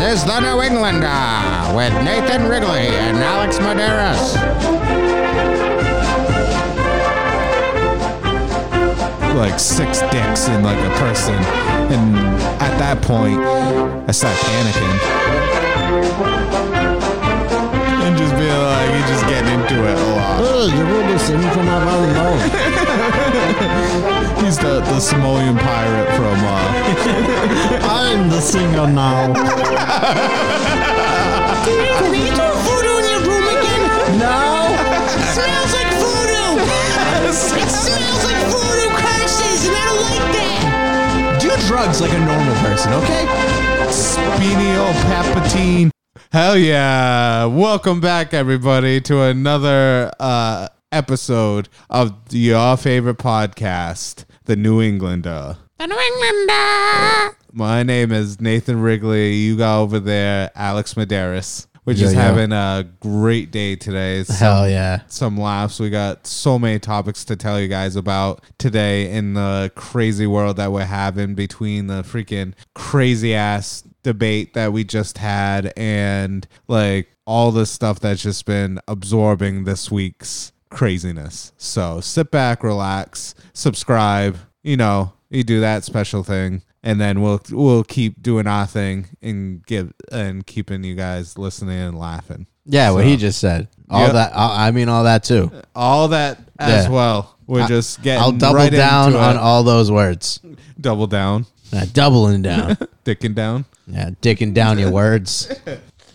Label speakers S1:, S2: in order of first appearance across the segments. S1: is the New Englander with Nathan Wrigley and Alex Medeiros.
S2: like six dicks in like a person, and at that point, I start panicking and just being like, you just getting into it a lot.
S3: you will be singing from above now.
S2: He's the the Samoan pirate from. Uh,
S3: I'm the singer now.
S4: Can you throw voodoo in your room again?
S3: No.
S4: It smells like voodoo. It smells like voodoo curses, and I don't like that.
S5: Do drugs like a normal person, okay?
S2: Spinio Papatine. Hell yeah. Welcome back, everybody, to another uh, episode of your favorite podcast, The New Englander.
S4: The New Englander.
S2: My name is Nathan Wrigley. You got over there, Alex Medeiros. We're
S3: Yeah,
S2: just
S3: yeah.
S2: having a great day today. Some,
S3: Hell yeah.
S2: some laughs. We got so many topics to tell you guys about today in the crazy world that we're having between the freaking crazy ass debate that we just had and like all the stuff that's just been absorbing this week's craziness. So sit back, relax, subscribe, you know, you do that special thing. And then we'll we'll keep doing our thing and give and keeping you guys listening and laughing.
S3: Yeah, what he just said. All
S2: Yep.
S3: that. I I mean, all that too.
S2: all that as
S3: Yeah.
S2: well. We're just getting.
S3: I'll double
S2: right
S3: down
S2: into
S3: on
S2: it.
S3: all those words.
S2: Double down,
S3: Uh, doubling down.
S2: dicking down.
S3: yeah, dicking down your words.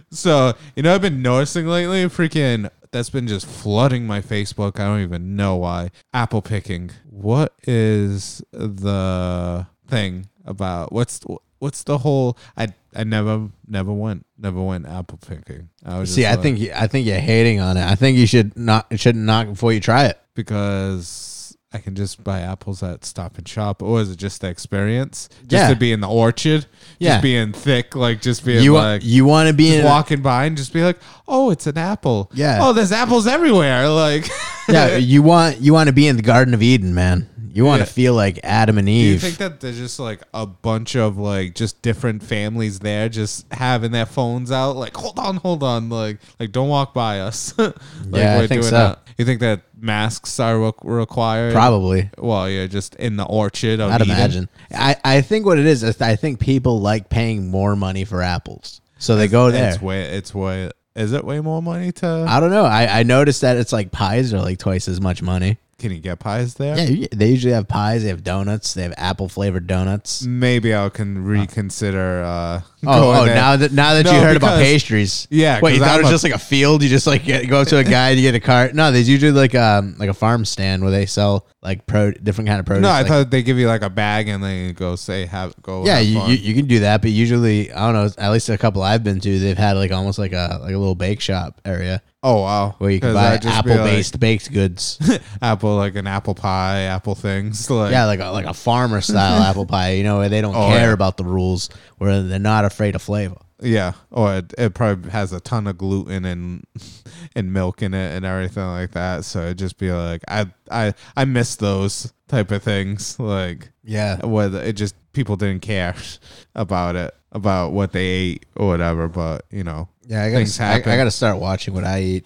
S2: So you know, I've been noticing lately. Freaking, that's been just flooding my Facebook. I don't even know why. Apple picking. What is the thing about? What's what's the whole? I I never never went never went apple picking. I was
S3: See,
S2: just
S3: I
S2: like-
S3: think you- I think you're hating on it. I think you should not you should knock before you try it.
S2: because I can just buy apples at Stop and Shop, or is it just the experience? Just
S3: Yeah.
S2: to be in the orchard, just
S3: Yeah.
S2: being thick, like just being
S3: you
S2: like
S3: you want to be
S2: just
S3: in
S2: walking by and just be like, oh, it's an apple.
S3: Yeah.
S2: Oh, there's apples everywhere. Like,
S3: yeah, you want you want to be in the Garden of Eden, man. You want
S2: Yeah.
S3: to feel like Adam and
S2: do you
S3: Eve.
S2: think that there's just like a bunch of like just different families there, just having their phones out, like hold on, hold on, like like don't walk by us. like
S3: Yeah, I think so.
S2: You think that masks are re- required?
S3: Probably,
S2: Well, yeah, just in the orchard. Of
S3: I'd
S2: Eden.
S3: imagine. I I think what it is is I think people like paying more money for apples, so they go there.
S2: It's way. It's way. Is it way more money to?
S3: I don't know. I I noticed that it's like pies are like twice as much money.
S2: Can you get pies there?
S3: Yeah, you- they usually have pies. They have donuts. They have apple flavored donuts.
S2: Maybe I can reconsider. Uh,
S3: Oh,
S2: going
S3: Uh, oh
S2: there.
S3: now that now that
S2: No,
S3: you heard about
S2: because-
S3: pastries,
S2: Yeah,
S3: Wait, you
S2: 'cause
S3: thought
S2: I'm
S3: it was
S2: a-
S3: just like a field? You just like get, go up to a guy and you get a cart? No, there's usually like um like a farm stand where they sell like pro different kind of produce.
S2: No, I
S3: like-
S2: thought they give you like a bag and then you go say have go.
S3: yeah,
S2: have
S3: you,
S2: fun.
S3: you, you can do that, but usually I don't know. At least a couple I've been to, they've had like almost like a like a little bake shop area
S2: oh wow.
S3: where you can
S2: 'Cause
S3: buy
S2: I'd just be
S3: apple based baked goods.
S2: like, apple like an apple pie, apple things like
S3: yeah, like a, like a farmer style apple pie. You know, where they don't
S2: Oh,
S3: care
S2: yeah.
S3: about the rules, where they're not afraid of flavor.
S2: yeah. Or it, it probably has a ton of gluten and and milk in it and everything like that. So it'd just be like I I I miss those type of things like.
S3: Yeah,
S2: whether it just people didn't care about it about what they ate or whatever but you know
S3: yeah. I
S2: Things
S3: gotta I,
S2: happen.
S3: I gotta start watching what I eat.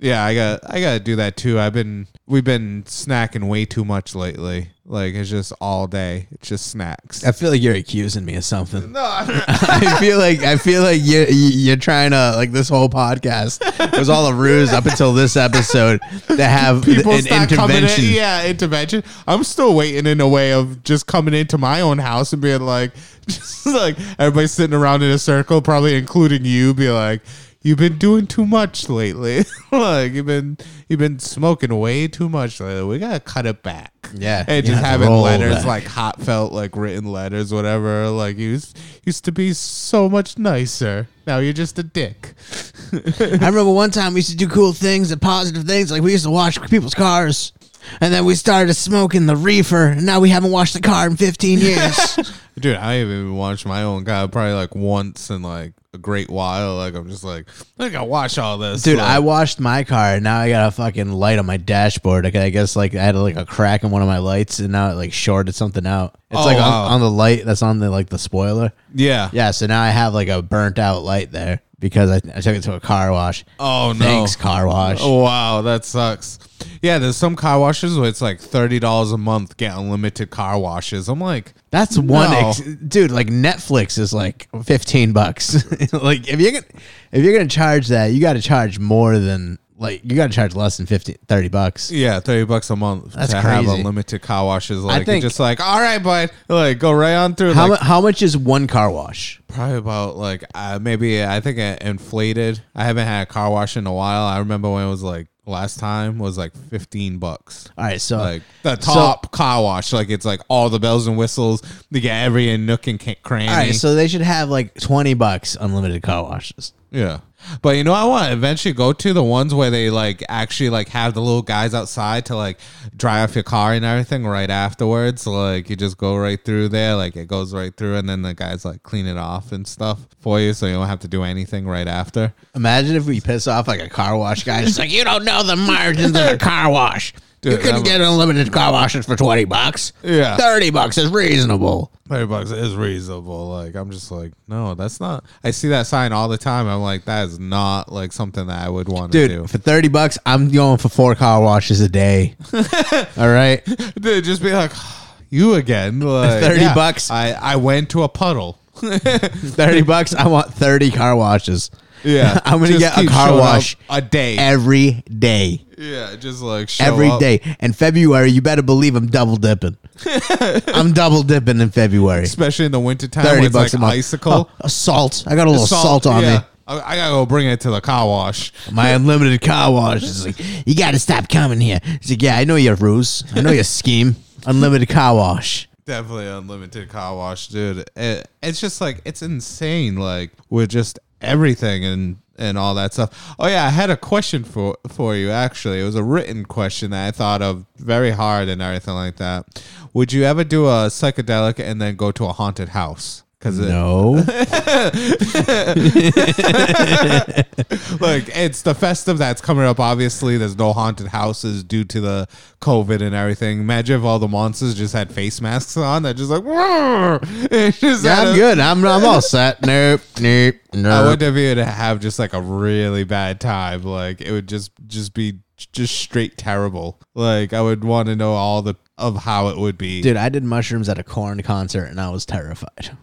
S2: yeah i got i gotta do that too i've been we've been snacking way too much lately like it's just all day it's just snacks
S3: I feel like you're accusing me of something.
S2: no I'm-
S3: I feel like I feel like you're you're trying to like this whole podcast was all a ruse up until this episode to have
S2: people
S3: an
S2: start coming in
S3: intervention.
S2: yeah intervention i'm still waiting in a way of just coming into my own house and being like just like everybody sitting around in a circle probably including you be like you've been doing too much lately like you've been you've been smoking way too much lately we gotta cut it back
S3: Yeah, you
S2: and just
S3: have to
S2: having
S3: roll
S2: letters
S3: back.
S2: like hot felt like written letters whatever like you used, used to be so much nicer now you're just a dick
S3: I remember one time we used to do cool things and positive things, like we used to wash people's cars, and then we started smoking the reefer, and now we haven't washed the car in 15 years.
S2: Dude, I haven't even watched my own guy probably like once in like a great while. Like I'm just like I gotta watch all this,
S3: Dude,
S2: Like,
S3: I washed my car and now I got a fucking light on my dashboard. Like, I guess like I had like a crack in one of my lights and now it like shorted something out. It's
S2: Oh,
S3: like
S2: wow.
S3: on, on the light that's on the like the spoiler.
S2: yeah.
S3: Yeah, so now I have like a burnt out light there because I, I took it to a car wash.
S2: Oh no.
S3: Thanks, car wash.
S2: Oh, wow, that sucks. Yeah, there's some car washes where it's like thirty dollars a month get unlimited car washes. I'm like,
S3: That's one,
S2: No.
S3: ex- dude. Like Netflix is like fifteen bucks. like if you're gonna if you're gonna charge that, you got to charge more than like you got to charge less than 50, 30 bucks.
S2: yeah, thirty bucks a month
S3: That's
S2: to have
S3: crazy.
S2: unlimited car washes. Like, you're
S3: think-
S2: just like, all right, bud, like go right on through.
S3: How
S2: like,
S3: mu- how much is one car wash?
S2: Probably about like uh, maybe I think it inflated. I haven't had a car wash in a while. I remember when it was like last time was like fifteen bucks.
S3: All right, so
S2: Like the
S3: so-
S2: top car wash, like it's like all the bells and whistles. They get every nook and ca- cranny.
S3: all right, so they should have like twenty bucks unlimited car washes.
S2: yeah, but you know I want to eventually go to the ones where they like actually like have the little guys outside to like dry off your car and everything right afterwards. So, like you just go right through there, like it goes right through, and then the guys like clean it off and stuff for you, so you don't have to do anything right after.
S3: Imagine if we piss off like a car wash guy. It's like you don't know the margins of a car wash. you
S2: Dude,
S3: couldn't
S2: that
S3: get unlimited car washes for twenty bucks.
S2: Yeah.
S3: thirty bucks is reasonable.
S2: Thirty bucks is reasonable. Like I'm just like, no, that's not. I see that sign all the time. I'm like, that is not like something that I would want to
S3: Dude,
S2: do.
S3: for 30 bucks, I'm going for four car washes a day. All right.
S2: Dude, just be like, you again. Like
S3: 30 bucks.
S2: I I went to a puddle.
S3: 30 bucks, I want 30 car washes.
S2: Yeah,
S3: I'm gonna
S2: Just
S3: get a
S2: keep
S3: car
S2: showing up
S3: wash
S2: a day.
S3: every day.
S2: yeah, just like show
S3: every
S2: up.
S3: day. And February, you better believe I'm double dipping. I'm double dipping in February.
S2: especially in the wintertime
S3: 30
S2: when it's
S3: bucks
S2: like
S3: a month.
S2: icicle.
S3: Oh, salt. I got a little salt, on
S2: yeah.
S3: me.
S2: I, I gotta go bring it to the car wash.
S3: My unlimited car wash is like, you got to stop coming here. It's like, yeah, I know your ruse. I know your scheme. Unlimited car wash.
S2: Definitely unlimited car wash, dude. It, it's just like it's insane, like with just everything and and all that stuff. Oh yeah, I had a question for for you actually. It was a written question that I thought of very hard and everything like that. Would you ever do a psychedelic and then go to a haunted house? Because
S3: No.
S2: like it's the festive that's coming up. Obviously, there's no haunted houses due to the COVID and everything. Imagine if all the monsters just had face masks on. They're just like, "Roar!" It's just
S3: Yeah,
S2: out
S3: I'm
S2: of-
S3: good. I'm I'm all set. Nope, nope,
S2: I
S3: nope.
S2: would have been to have just like a really bad time. Like it would just just be just straight terrible. Like I would want to know all the of how it would be.
S3: Dude, I did mushrooms at a corn concert and I was terrified.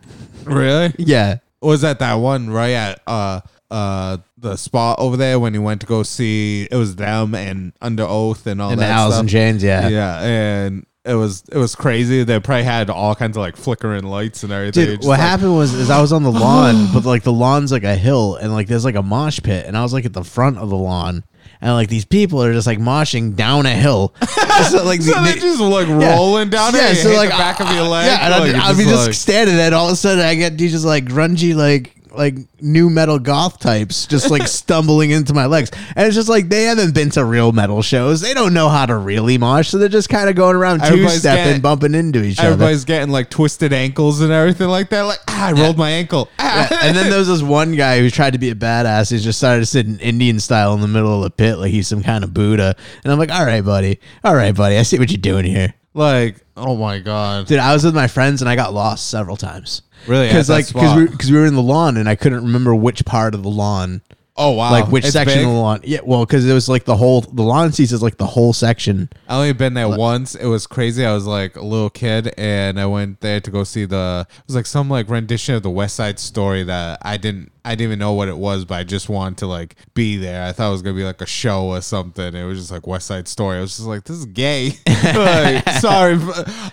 S2: really?
S3: Yeah.
S2: Was that that one right at uh uh the spot over there when you went to go see it was them and Under Oath and all
S3: And the
S2: that
S3: Alice
S2: stuff?
S3: in Chains, yeah.
S2: yeah, and it was it was crazy. They probably had all kinds of like flickering lights and everything.
S3: Dude,
S2: Just
S3: what
S2: like-
S3: happened was is I was
S2: Oh.
S3: on the lawn, but like the lawn's like a hill and like there's like a mosh pit and I was like at the front of the lawn and like these people are just like moshing down a hill. so like
S2: So they're just like rolling down it. and you hit the back of your leg.
S3: Yeah, and
S2: like,
S3: I'd,
S2: you're
S3: I'd be just
S2: like-
S3: standing there, and all of a sudden I get these just like grungy, like like new metal goth types just like stumbling into my legs, and it's just like they haven't been to real metal shows. They don't know how to really mosh, so they're just kind of going around two
S2: Everybody's
S3: stepping,
S2: getting-
S3: bumping into each other.
S2: Everybody's getting like twisted ankles and everything like that. Like, ah, I rolled my ankle. Ah.
S3: Yeah, and then there was this one guy who tried to be a badass. He just started sitting Indian style in the middle of the pit like he's some kind of Buddha. And I'm like, all right, buddy. All right, buddy. I see what you're doing here.
S2: Like, oh my god.
S3: Dude, I was with my friends and I got lost several times.
S2: Really? At
S3: Because
S2: that
S3: like because we
S2: spot?
S3: because we were in the lawn and I couldn't remember which part of the lawn,
S2: Oh wow.
S3: like which
S2: It's
S3: section
S2: big.
S3: of the lawn. Yeah, well, because it was like the whole the lawn seats is like the whole section.
S2: I only been there once. It was crazy. I was like a little kid, and I went there to go see the. It was like some like rendition of the West Side Story that I didn't. I didn't even know what it was, but I just wanted to like be there. I thought it was gonna be like a show or something. It was just like West Side Story. I was just like, this is gay. like, sorry,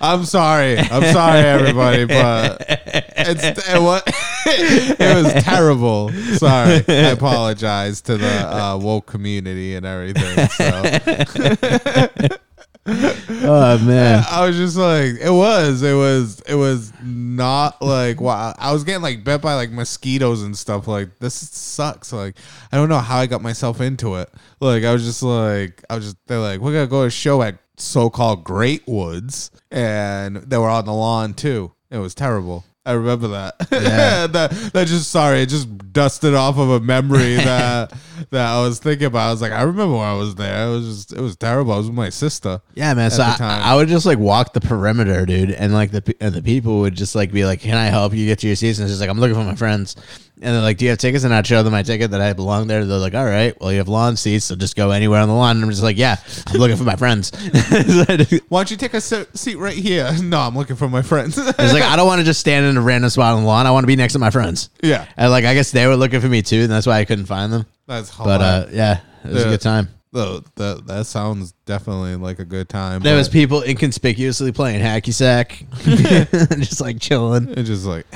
S2: I'm sorry, I'm sorry, everybody, but it's it was, it was terrible. Sorry, I apologize to the uh, woke community and everything. So.
S3: Oh man,
S2: I was just like, it was, it was, it was not like wow. I was getting like bit by like mosquitoes and stuff. Like this sucks. Like I don't know how I got myself into it. Like I was just like, I was just they're like, we're gonna go to a show at so-called Great Woods, and they were on the lawn too. It was terrible. I remember that. that. That just sorry, it just dusted off of a memory that that I was thinking about. I was like, I remember when I was there. It was just it was terrible. I was with my sister.
S3: Yeah, man.
S2: at
S3: So
S2: the
S3: I,
S2: time.
S3: I would just like walk the perimeter, dude, and like the pe- and the people would just like be like, "Can I help you get to your seats?" And it's just like, "I'm looking for my friends," and they're like, "Do you have tickets?" And I'd show them my ticket that I belong there. They're like, "All right, well, you have lawn seats, so just go anywhere on the lawn." And I'm just like, "Yeah, I'm looking for my friends." it's
S2: Why don't you take a se- seat right here? No, I'm looking for my friends.
S3: like I don't want to just stand in a random spot on the lawn. I want to be next to my friends.
S2: yeah,
S3: And like I guess they were looking for me too, and that's why I couldn't find them.
S2: that's hot.
S3: But uh, yeah, it was
S2: Oh, Yeah.
S3: a good time.
S2: Though that that sounds definitely like a good time.
S3: There
S2: but
S3: was people inconspicuously playing hacky sack, just like chilling.
S2: it's just like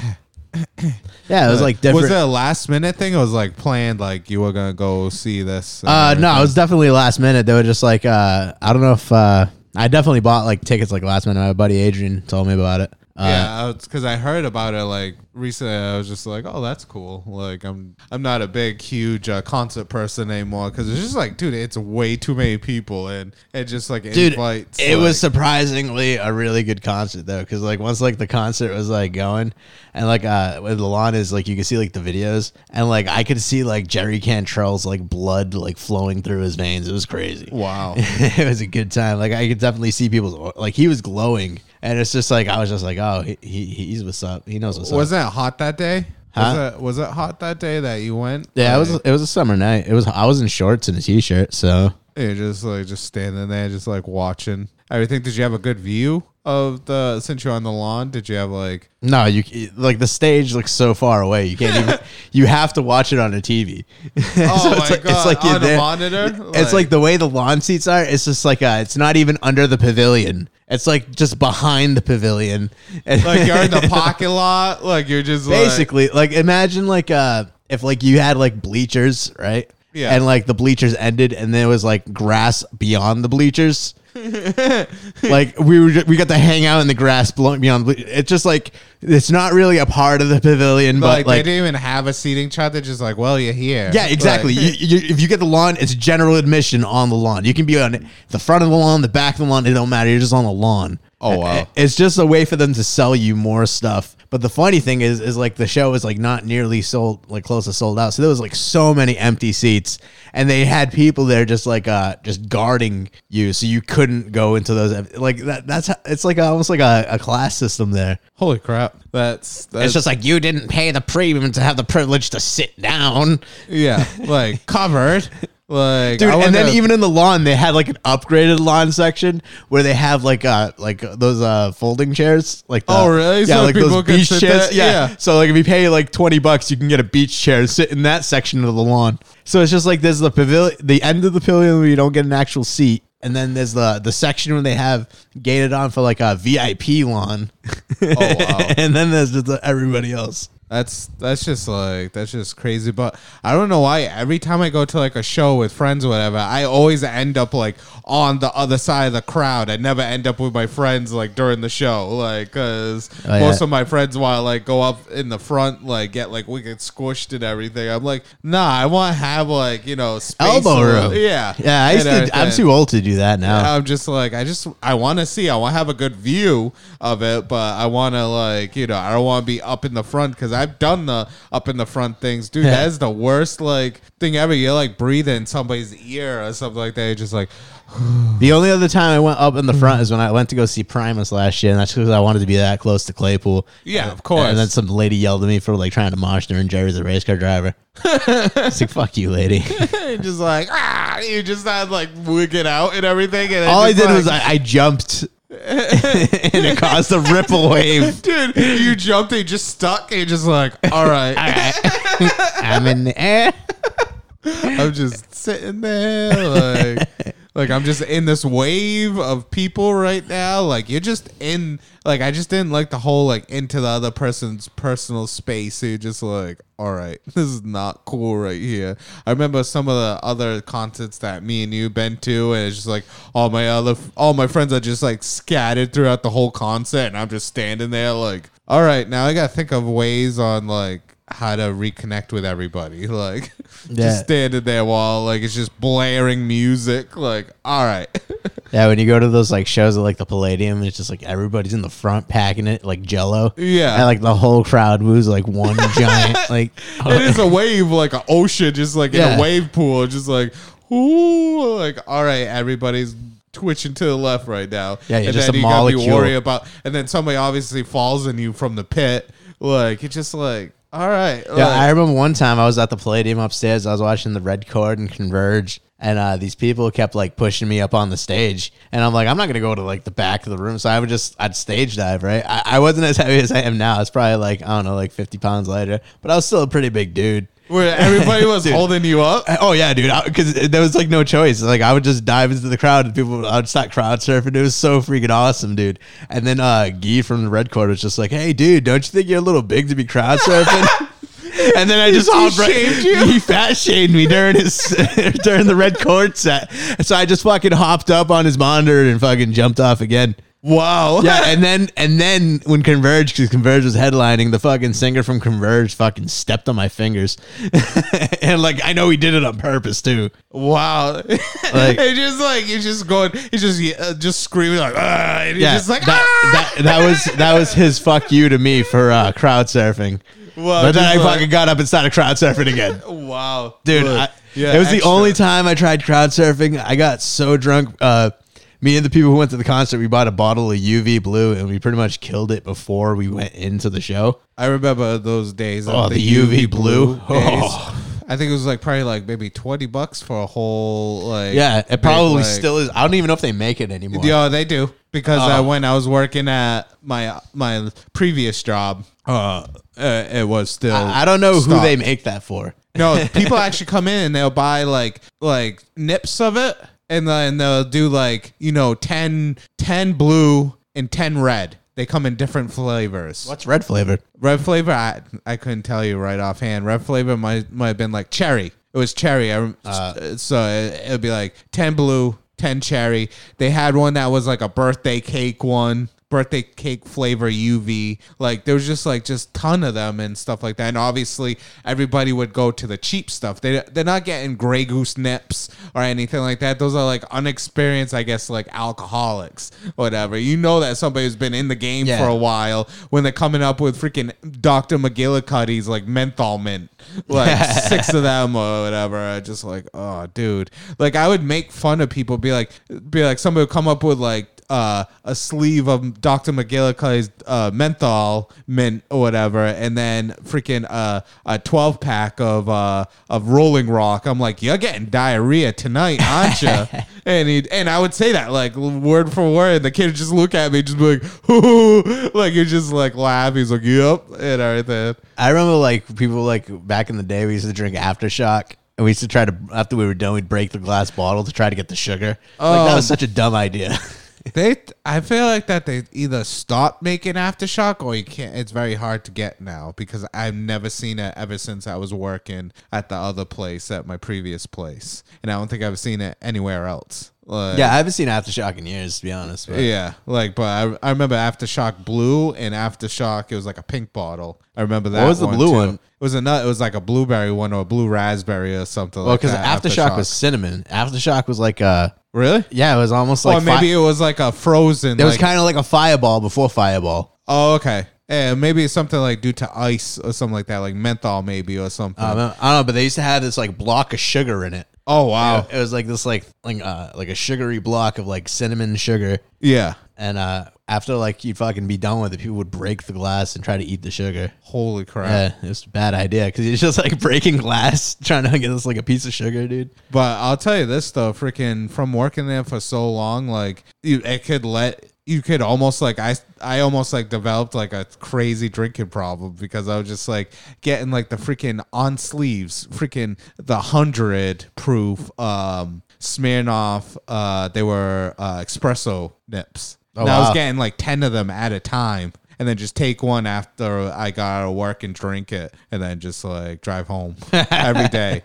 S3: Yeah, it was like different.
S2: was it a last minute thing? It was like planned, like you were gonna go see this. and
S3: Uh, no,
S2: everything?
S3: it was definitely last minute. They were just like, uh, I don't know if uh, I definitely bought like tickets like last minute. My buddy Adrian told me about it. Uh,
S2: yeah, because I heard about it like recently. I was just like, "Oh, that's cool." Like, I'm I'm not a big, huge uh, concert person anymore because it's just like, dude, it's way too many people, and it just like
S3: dude,
S2: invites.
S3: it
S2: like-
S3: was surprisingly a really good concert though, because like once like the concert was like going, and like uh, where the lawn is like you can see like the videos, and like I could see like Jerry Cantrell's like blood like flowing through his veins. It was crazy.
S2: wow.
S3: it was a good time. Like I could definitely see people's like he was glowing, and it's just like I was just like, oh, he, he he's what's up. He knows what's up.
S2: Wasn't it hot that day?
S3: Huh?
S2: Was it was it hot that day that you went?
S3: Yeah, it
S2: Like,
S3: was it was a summer night. It was I was in shorts and a t-shirt, so
S2: You're just like just standing there, just like watching everything. Did you have a good view of the since you're on the lawn? Did you have like
S3: no, you c- like the stage looks so far away. You can't even you have to watch it on a TV. oh
S2: my God, on a monitor? Like-
S3: It's like the way the lawn seats are. It's just like uh it's not even under the pavilion. It's like just behind the pavilion. And
S2: like you're in the parking lot? Like you're just like,
S3: basically like imagine like uh if like you had like bleachers right
S2: Yeah.
S3: and like the bleachers ended and there was like grass beyond the bleachers like we were ju- we got to hang out in the grass blo- beyond the ble- it's just like it's not really a part of the pavilion
S2: like,
S3: but like
S2: they didn't even have a seating chart. They're just like, well, you're here.
S3: yeah, exactly.
S2: Like,
S3: you, you, if you get the lawn, it's general admission on the lawn. You can be on the front of the lawn, the back of the lawn. It don't matter. You're just on the lawn.
S2: Oh, wow.
S3: It's just a way for them to sell you more stuff. But the funny thing is, is like the show is like not nearly sold, like close to sold out. So there was like so many empty seats, and they had people there just like uh just guarding you, so you couldn't go into those. em- Like that. That's how, it's like almost like a, a class system there.
S2: holy crap. That's that's
S3: It's just like you didn't pay the premium to have the privilege to sit down.
S2: yeah, like covered. Like
S3: dude.
S2: I
S3: and then
S2: wonder-
S3: even in the lawn, they had like an upgraded lawn section where they have like uh like uh, those uh folding chairs. Like the,
S2: Oh, really?
S3: Yeah,
S2: So
S3: like
S2: people
S3: those
S2: can
S3: beach
S2: sit
S3: chairs.
S2: there?
S3: Yeah.
S2: Yeah.
S3: So like if you pay like twenty bucks, you can get a beach chair sit in that section of the lawn. So it's just like there's the pavilion, the end of the pavilion where you don't get an actual seat. And then there's the the section where they have gated on for like a VIP lawn,
S2: oh wow.
S3: and then there's just uh, everybody else.
S2: That's that's just like that's just crazy. But I don't know why every time I go to like a show with friends or whatever, I always end up like on the other side of the crowd. I never end up with my friends like during the show, like because
S3: Oh, yeah.
S2: most of my friends want to like go up in the front, like get like we get squished and everything. I'm like, nah, I want to have like you know space
S3: Elbow
S2: a
S3: room.
S2: little- yeah,
S3: Yeah,
S2: and
S3: I used to, I'm
S2: everything.
S3: too old to do that now.
S2: I'm just like I just I want to see I want to have a good view of it, but I want to like you know I don't want to be up in the front because I've done the up in the front things, dude. That is the worst like thing ever. You're like breathing in somebody's ear or something like that. You're just like
S3: The only other time I went up in the front
S2: Mm-hmm.
S3: is when I went to go see Primus last year, and that's because I wanted to be that close to Claypool.
S2: yeah, of course.
S3: And then some lady yelled at me for like trying to mosh during Jerry's a race car driver. it's like fuck you, lady.
S2: You're just like ah, you just had like wigging out and everything. And
S3: All I
S2: it's
S3: did
S2: like-
S3: was I, I jumped, and it caused a ripple wave.
S2: dude, you jumped and you just stuck and you're just like all right.
S3: I'm in the air.
S2: I'm just sitting there, like, like I'm just in this wave of people right now. Like you're just in, like I just didn't like the whole like into the other person's personal space. So you're just like, all right, this is not cool right here. I remember some of the other concerts that me and you been to, and it's just like all my other, all my friends are just like scattered throughout the whole concert, and I'm just standing there like, all right, now I gotta think of ways on like how to reconnect with everybody. Like
S3: Yeah.
S2: just standing there while like it's just blaring music. Like all right,
S3: Yeah, when you go to those like shows at like the Palladium, it's just like everybody's in the front packing it like Jello.
S2: Yeah.
S3: and like the whole crowd moves like one giant like.
S2: it is a wave like an ocean, just like in
S3: Yeah.
S2: a wave pool, just like ooh, like all right, everybody's twitching to the left right now.
S3: Yeah, you're
S2: and
S3: just
S2: then
S3: a
S2: you gotta be
S3: molecule.
S2: worried about, and then somebody obviously falls on you from the pit. Like it's just like all right,
S3: Yeah,
S2: like-
S3: I remember one time I was at the Palladium upstairs. I was watching the Red Cord and Converge, and uh, these people kept like pushing me up on the stage, and I'm like, I'm not gonna go to like the back of the room, so I would just I'd stage dive, right? I, I wasn't as heavy as I am now. It's probably like I don't know, like 50 pounds lighter, but I was still a pretty big dude.
S2: where everybody was
S3: Dude.
S2: holding you up.
S3: Oh yeah, dude. Because there was like no choice. Like I would just dive into the crowd and people. I'd start crowd surfing. It was so freaking awesome, dude. And then uh, Guy from the Red Court was just like, "Hey, dude, don't you think you're a little big to be crowd surfing?" and then I just hopped right. He fat shamed me during his during the Red Court set. So I just fucking hopped up on his monitor and fucking jumped off again.
S2: Wow.
S3: Yeah, and then and then when Converge, because Converge was headlining, the fucking singer from Converge fucking stepped on my fingers, and like I know he did it on purpose too.
S2: Wow. it's just like he's just going, he's just uh, just screaming like, ah, and he's
S3: Yeah,
S2: just like, "Ah!"
S3: that, that that was that was his fuck you to me for uh, crowd surfing.
S2: Wow,
S3: but then I
S2: just like-
S3: fucking got up and started crowd surfing again.
S2: "Ah." wow,
S3: dude.
S2: Look,
S3: I, it was the
S2: extra.
S3: only time I tried crowd surfing. I got so drunk. Uh, me and the people who went to the concert, we bought a bottle of UV blue, and we pretty much killed it before we went into the show.
S2: I remember those days. uh, of
S3: Oh, the UV blue.
S2: days.
S3: Oh.
S2: I think it was like probably like maybe twenty bucks for a whole like.
S3: Yeah, it
S2: big,
S3: probably
S2: like- uh,
S3: still is. I don't even know if they make it anymore.
S2: Yeah, they do because
S3: Oh.
S2: uh, when I was working at my my previous job, uh, uh it was still.
S3: I, I don't know who
S2: stocked.
S3: they make that for.
S2: No, people actually come in and they'll buy like like nips of it, and then they'll do like you know 10, 10 blue and ten red. They come in different flavors.
S3: What's red flavored?
S2: Red flavor, I I couldn't tell you right offhand. Red flavor might might have been like cherry. It was cherry. I, rem- uh, so it, it'd be like ten blue, ten cherry. They had one that was like a birthday cake one, birthday cake flavor UV. Like there was just like just ton of them and stuff like that. And obviously everybody would go to the cheap stuff. They they're not getting Grey Goose nips or anything like that. Those are like unexperienced, I guess, like alcoholics, whatever. You know that somebody who's been in the game
S3: Yeah.
S2: for a while when they're coming up with freaking Dr. McGillicuddy's like menthol mint, like six of them or whatever. I just like, oh, dude. Like I would make fun of people, be like, be like somebody would come up with like uh, a sleeve of Dr. McGillicuddy's uh, menthol mint or whatever, and then freaking uh, a 12 pack of uh, of Rolling Rock. I'm like, you're getting diarrhea tonight, aren't you? and he and I would say that like word for word. The kid would just look at me, just be like, like you just like laugh. He's like, yep, and everything.
S3: I remember like people like back in the day we used to drink aftershock. And we used to try to after we were done, we'd break the glass bottle to try to get the sugar. like that was
S2: Oh.
S3: such a dumb idea.
S2: They, I feel like that they either stopped making aftershock or you can't. It's very hard to get now because I've never seen it ever since I was working at the other place at my previous place, and I don't think I've seen it anywhere else. Like,
S3: yeah, I haven't seen aftershock in years, to be honest. But
S2: yeah, like, but I, I remember aftershock blue and aftershock. It was like a pink bottle. I remember that.
S3: was the blue
S2: too.
S3: one?
S2: It was another. It was like a blueberry one or a blue raspberry or something.
S3: well,
S2: like
S3: because
S2: that,
S3: aftershock, was cinnamon. Aftershock was like uh
S2: really.
S3: yeah, it was almost
S2: Or
S3: like
S2: maybe
S3: fi-
S2: it was like a frozen.
S3: it was
S2: like-
S3: kind of like a fireball before fireball.
S2: Oh, okay. Yeah, maybe it's something like due to ice or something like that, like menthol maybe or something.
S3: Um, I don't know, but they used to have this like block of sugar in it.
S2: oh wow.
S3: It was like this like like uh like a sugary block of like cinnamon sugar.
S2: Yeah.
S3: And uh after like you'd fucking be done with it, people would break the glass and try to eat the sugar.
S2: Holy crap.
S3: Yeah, it was a bad idea because it's just like breaking glass, trying to get this like a piece of sugar, dude.
S2: But I'll tell you this though, freaking from working there for so long, like you, it could let you could almost like I I almost like developed like a crazy drinking problem because I was just like getting like the freaking on sleeves, freaking the hundred proof um Smirnoff. Uh, they were uh, espresso nips. and I was
S3: Oh, wow.
S2: getting like ten of them at a time. And then just take one after I got out of work and drink it, and then just like drive home every day.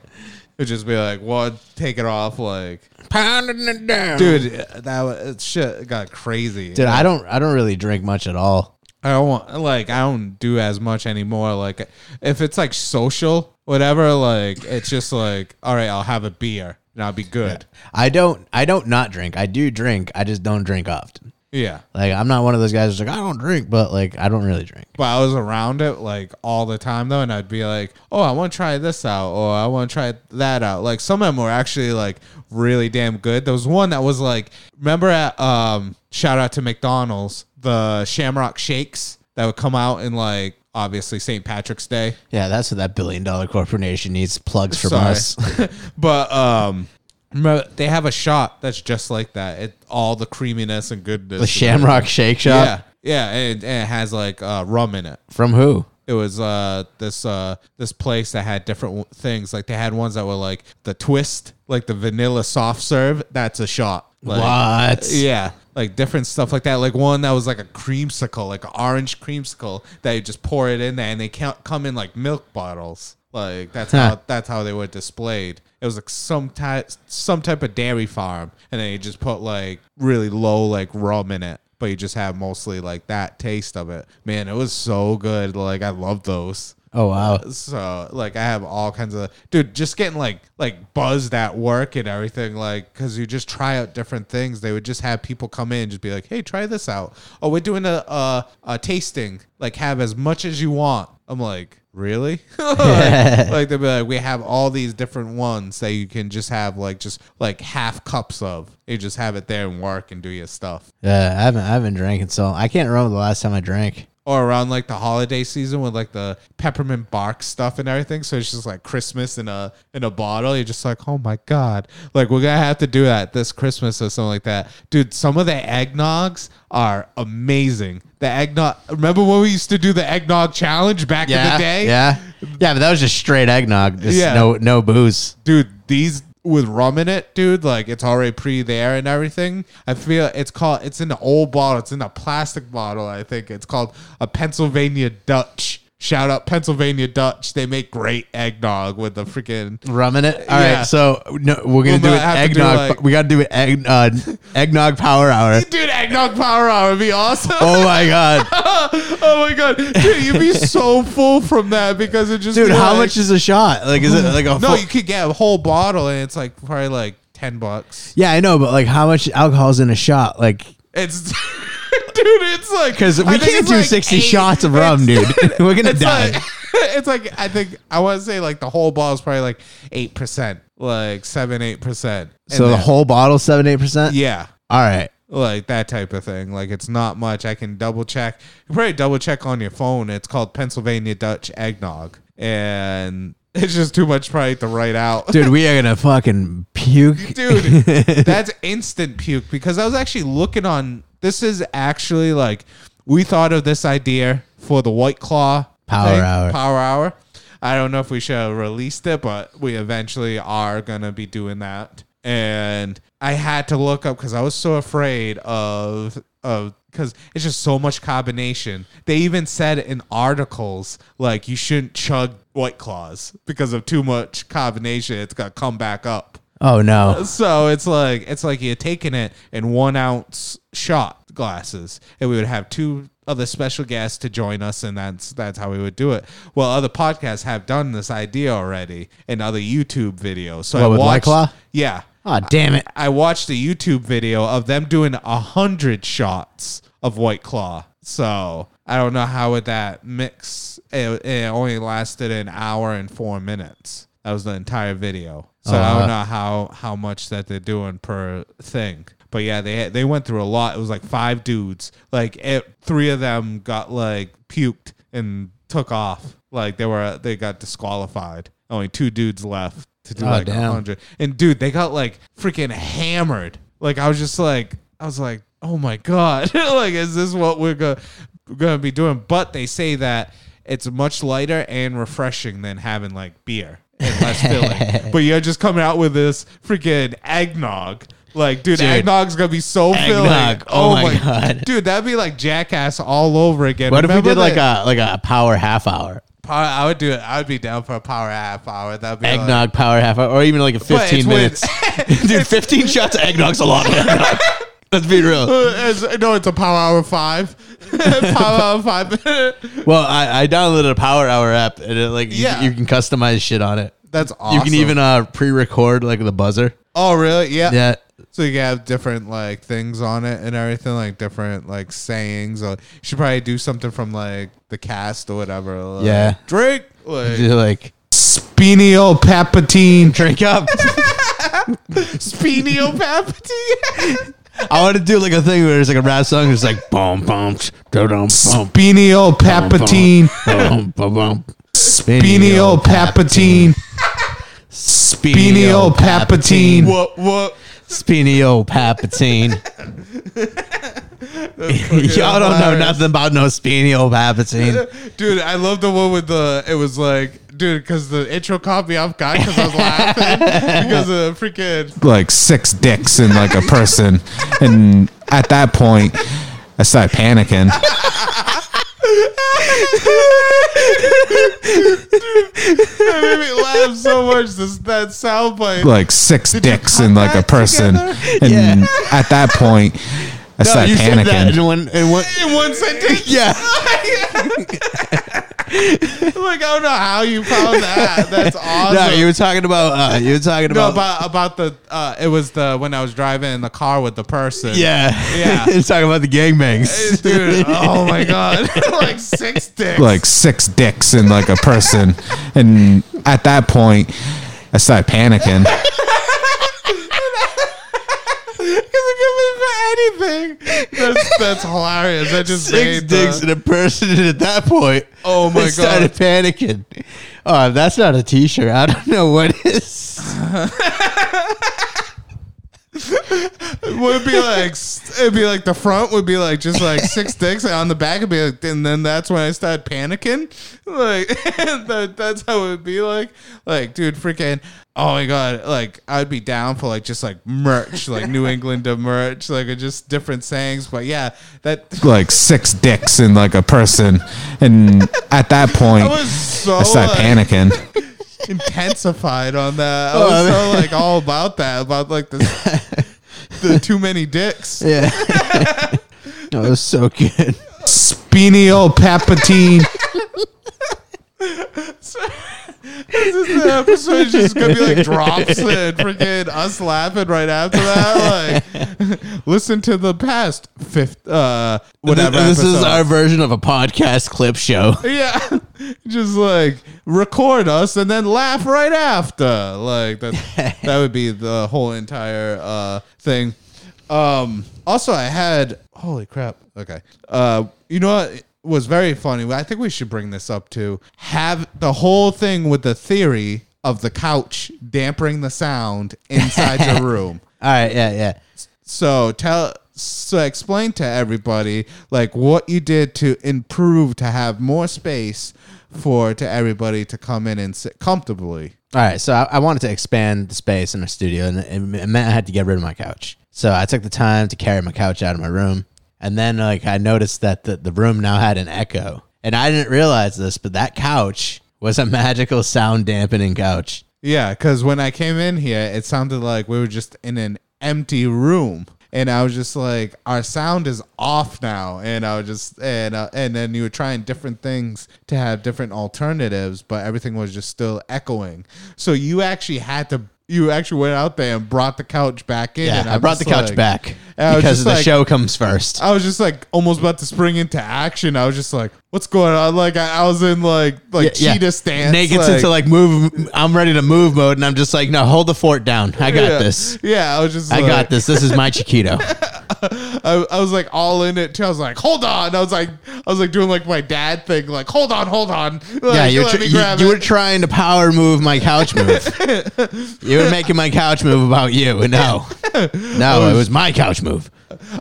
S2: It'd just be like, one, take it off, like,
S1: Pounding it down.
S2: dude, that was, shit got crazy.
S3: Dude, I don't, I don't really drink much at all.
S2: I don't want like I don't do as much anymore. Like if it's like social, whatever, like it's just like all right, I'll have a beer and I'll be good.
S3: I don't I don't not drink. I do drink. I just don't drink often.
S2: Yeah.
S3: Like I'm not one of those guys who's like I don't drink, but like I don't really drink.
S2: But I was around it like all the time though, and I'd be like, "Oh, I want to try this out," or "I want to try that out." Like some of them were actually like really damn good. There was one that was like, remember at um, shout out to McDonald's the Shamrock Shakes that would come out in like obviously St. Patrick's Day.
S3: Yeah, that's what that billion dollar corporation needs plugs from
S2: Sorry.
S3: us.
S2: but um remember, they have a shot that's just like that. It all the creaminess and goodness.
S3: The Shamrock Shake Shop
S2: Yeah. Yeah, and, and it has like uh, rum in it.
S3: from who?
S2: It was uh, this uh, this place that had different w- things. Like they had ones that were like the twist, like the vanilla soft serve. That's a shot. Like,
S3: what?
S2: Yeah, like different stuff like that. Like one that was like a creamsicle, like an orange creamsicle that you just pour it in there, and they can't come in like milk bottles. Like that's how that's how they were displayed. It was like some type some type of dairy farm, and then you just put like really low like rum in it, but you just have mostly like that taste of it. Man, it was so good. Like I love those.
S3: Oh wow.
S2: So like I have all kinds of dude just getting like like buzzed at work and everything like because you just try out different things. They would just have people come in and just be like, hey, try this out. Oh, we're doing a a, a tasting. Like have as much as you want. I'm like. Really? like, like they'd be like, we have all these different ones that you can just have like just like half cups of. You just have it there and work and do your stuff.
S3: Yeah, Uh, I haven't I haven't drank in so long. I can't remember the last time I drank.
S2: or around like the holiday season with like the peppermint bark stuff and everything. So it's just like Christmas in a in a bottle. You're just like, oh my god, like we're gonna have to do that this Christmas or something like that, dude. Some of the eggnogs are amazing. The eggnog. Remember when we used to do the eggnog challenge back in the day?
S3: Yeah. Yeah, but that was just straight eggnog. Just
S2: Yeah.
S3: no no booze.
S2: dude. These with rum in it, dude. Like it's already pre there and everything. I feel it's called. It's in the old bottle. It's in a plastic bottle. I think it's called a Pennsylvania Dutch. Shout out Pennsylvania Dutch. They make great eggnog with the freaking.
S3: Rum in it. All right,
S2: Yeah.
S3: so no,
S2: We'll
S3: we're gonna do an
S2: not have to do,
S3: eggnog.
S2: like-
S3: we gotta do an egg, uh, eggnog power hour.
S2: Dude, eggnog power hour would be awesome. Oh,
S3: Oh my god,
S2: my god, dude, you'd be so full from that because it just
S3: dude!
S2: be
S3: How
S2: like-
S3: much is a shot? Like, is it like
S2: no,
S3: a full-
S2: you could get a whole bottle and it's like probably like ten bucks.
S3: yeah, I know, but like, how much alcohol's in a shot? Like,
S2: It's dude, it's like
S3: because
S2: I
S3: we
S2: think
S3: can't
S2: it's
S3: do
S2: like
S3: sixty
S2: eight-
S3: shots of rum, dude. we're gonna
S2: it's
S3: die.
S2: like it's like I think I want to say like the whole ball is probably like eight percent, like seven eight percent.
S3: so the whole bottle, seven eight percent.
S2: yeah,
S3: All right.
S2: like that type of thing. Like it's not much. I can double check. You probably double check on your phone. It's called Pennsylvania Dutch eggnog, and it's just too much probably to write out.
S3: Dude, we are gonna fucking puke.
S2: dude that's instant puke because i was actually looking on this is actually like we thought of this idea for the white claw
S3: Power hour.
S2: power hour i don't know if we should have released it but we eventually are gonna be doing that and i had to look up because i was so afraid of of because it's just so much combination they even said in articles like you shouldn't chug white claws because of too much combination it's gonna come back up
S3: Oh no.
S2: so it's like it's like you're taking it in one ounce shot glasses, and we would have two other special guests to join us, and that's that's how we would do it. Well, other podcasts have done this idea already in other YouTube videos. So I
S3: What, with White
S2: watched,
S3: Claw?
S2: yeah,
S3: Oh damn it.
S2: I watched a YouTube video of them doing a hundred shots of White Claw. So I don't know how would that mix. It, it only lasted an hour and four minutes. That was the entire video. So I don't know how how much that they're doing per thing. But yeah, they they went through a lot. It was like five dudes. Like it, three of them got like puked and took off. Like they were they got disqualified. Only two dudes left to do
S3: Oh,
S2: like
S3: damn.
S2: a hundred. And dude, they got like freaking hammered. Like I was just like I was like, oh my god, like is this what we're gonna we're gonna be doing? But they say that it's much lighter and refreshing than having like beer and less filling. But you're just coming out with this freaking eggnog. Like, dude, eggnog's gonna be so filling.
S3: Eggnog. Oh my God.
S2: dude, that'd be like jackass all over again.
S3: What if we
S2: Remember
S3: did like
S2: that-
S3: a like a power half hour?
S2: power? I would do it. I would be down for a power half hour. That'd be like,
S3: Eggnog power half hour, or even like a
S2: But Uh, it's
S3: fifteen
S2: when-
S3: minutes. Dude, fifteen shots of eggnog's a lot. Let's be real.
S2: It's, Uh, no, it's a Power Hour 5. power Hour 5.
S3: Well, I, I downloaded a Power Hour app, and it, like you-
S2: Yeah.
S3: you, can customize shit on it.
S2: That's awesome.
S3: You can even uh, pre-record like the buzzer.
S2: Oh, really? Yeah.
S3: Yeah.
S2: So you can have different like things on it and everything, like different like sayings. Or you should probably do something from like the cast or whatever. like,
S3: Yeah.
S2: Drink. Like,
S3: You're like
S2: Spinio Papatine.
S3: drink up.
S2: Spinio Papatine.
S3: I want to do like a thing where it's like a rap song. It's like boom, boom, dum, dum, boom,
S2: Spinio Papatine.
S3: boom, boom, boom.
S2: Spinio Papatine.
S3: Spenio
S2: Papatine. What? What?
S3: Spenio Papatine. Y'all don't know
S2: hilarious.
S3: nothing about no Spenio Papatine.
S2: Dude, I love the one with the. It was like, dude, because the intro caught me off guard because I was laughing because of the freaking. Like six dicks in like a person, and at that point, I started panicking. That made me laugh so much. This that sound bite. Like six dicks in like a person, and at that point, I started
S3: in one, in one,
S2: in one sentence.
S3: Yeah.
S2: like I don't know how you found that. That's awesome.
S3: no, you were talking about. Uh, you were talking
S2: No,
S3: about.
S2: about about the uh, it was the when I was driving in the car with the person.
S3: yeah,
S2: Yeah.
S3: You're talking about the gangbangs.
S2: Dude, oh my god. like six dicks.
S1: Like six dicks in like a person, and at that point, I started panicking.
S2: it could be for anything. That's that's hilarious. That just
S3: Six
S2: made the-
S3: dicks in a person, and at that point,
S2: Oh my
S3: I started
S2: God.
S3: panicking. Oh, if that's not a T-shirt. I don't know what is.
S2: would be like it'd be like the front would be like just like six dicks and on the back would be like and then that's when I started panicking like that, that's how it would be like like dude freaking oh my god like I'd be down for like just like merch like New England to merch like or just different sayings but yeah that
S1: Like six dicks in like a person, and at that point,
S2: I was so
S1: I started
S2: like,
S1: panicking.
S2: intensified on that I was
S3: Oh,
S2: so like all about that about like the the too many dicks
S3: Yeah. no, it was so good.
S2: Spinio Papatine. this is the episode is just gonna be like drops and freaking us laughing right after that. Like, listen to the past fifth, uh, whatever.
S3: This is
S2: episode.
S3: our version of a podcast clip show.
S2: yeah, just like record us and then laugh right after. Like that, that would be the whole entire uh, thing. Um, also, I had holy crap. Okay, uh, you know what was very funny. I think we should bring this up too. Have the whole thing with the theory of the couch dampening the sound inside your room.
S3: All right, yeah, yeah.
S2: So tell so explain to everybody like what you did to improve to have more space for to everybody to come in and sit comfortably.
S3: All right, so I, I wanted to expand the space in our studio, and it, it meant I had to get rid of my couch. So I took the time to carry my couch out of my room, and then like I noticed that the, the room now had an echo, and I didn't realize this, but that couch was a magical sound dampening couch.
S2: Yeah, cuz when I came in here it sounded like we were just in an empty room and I was just like our sound is off now and I was just and uh, and then you were trying different things to have different alternatives but everything was just still echoing. So you actually had to you actually went out there and brought the couch back in.
S3: Yeah,
S2: and
S3: I
S2: I'm
S3: brought the
S2: just
S3: couch
S2: like-
S3: back
S2: I was
S3: because
S2: just
S3: the
S2: like- uh,
S3: show comes first.
S2: I was just like almost about to spring into action. I was just like, "What's going on?" Like I, I was in like like cheetah stance,
S3: Naked
S2: like,
S3: into like move. I'm ready to move mode, and I'm just like, no, hold the fort down. I got
S2: yeah.
S3: this.
S2: Yeah, I was just
S3: I
S2: like,
S3: got this. This is my Chiquito.
S2: I, I was like all in it too. I was like, "Hold on!" I was like, I was like doing like my dad thing, like, "Hold on, hold on." Like,
S3: Yeah, you were,
S2: let
S3: tr-
S2: me
S3: you,
S2: grab
S3: you
S2: it.
S3: were trying to power move my couch move. you were making my couch move about you, and no, no, it was my couch move.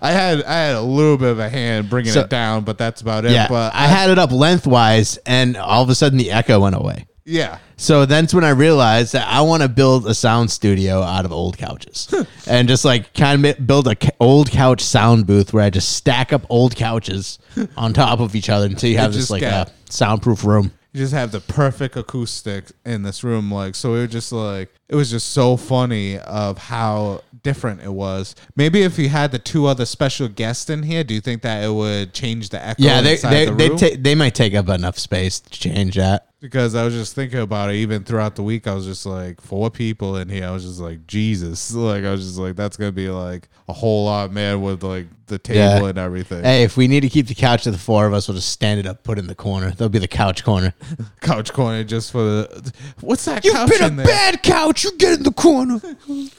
S2: I had I had a little bit of a hand bringing
S3: So-
S2: it down, but that's about it.
S3: Yeah,
S2: but
S3: I had it up lengthwise, and all of a sudden the echo went away.
S2: yeah,
S3: So that's when I realized that I want to build a sound studio out of old couches, and just like kind of build a c- old couch sound booth where I just stack up old couches on top of each other until you have this
S2: just
S3: like
S2: got-
S3: a soundproof room.
S2: you just have the perfect acoustic in this room. Like, so it was just like, it was just so funny of how different it was. Maybe if you had the two other special guests in here, do you think that it would change the echo?
S3: Yeah, they
S2: inside
S3: they
S2: the
S3: they,
S2: room?
S3: ta- they might take up enough space to change that.
S2: because I was just thinking about it even throughout the week. I was just like four people in here. I was just like Jesus, like I was just like that's gonna be like a whole lot, man, with like the table
S3: Yeah.
S2: and everything.
S3: Hey, if we need to keep the couch to the four of us, we'll just stand it up, put it in the corner. That'll be the couch corner.
S2: Couch corner just for the what's that couch
S3: Been
S2: in there?
S3: couch. You get in the corner.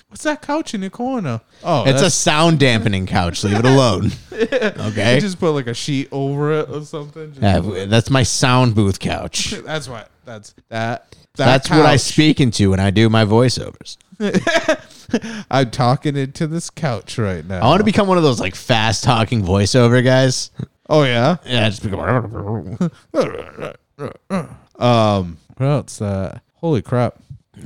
S2: What's that couch in the corner? Oh,
S3: It's a
S2: that's-
S3: sound dampening couch. Leave it alone. Okay.
S2: you just put like a sheet over it or something. Just-
S3: Yeah, that's my sound booth couch.
S2: That's what. That's that. that
S3: That's what I
S2: couch.
S3: speak into when I do my voiceovers.
S2: I'm talking into this couch right now.
S3: I want to become one of those like fast talking voiceover guys.
S2: oh yeah.
S3: Yeah, just become.
S2: Um. What else? Uh, holy crap.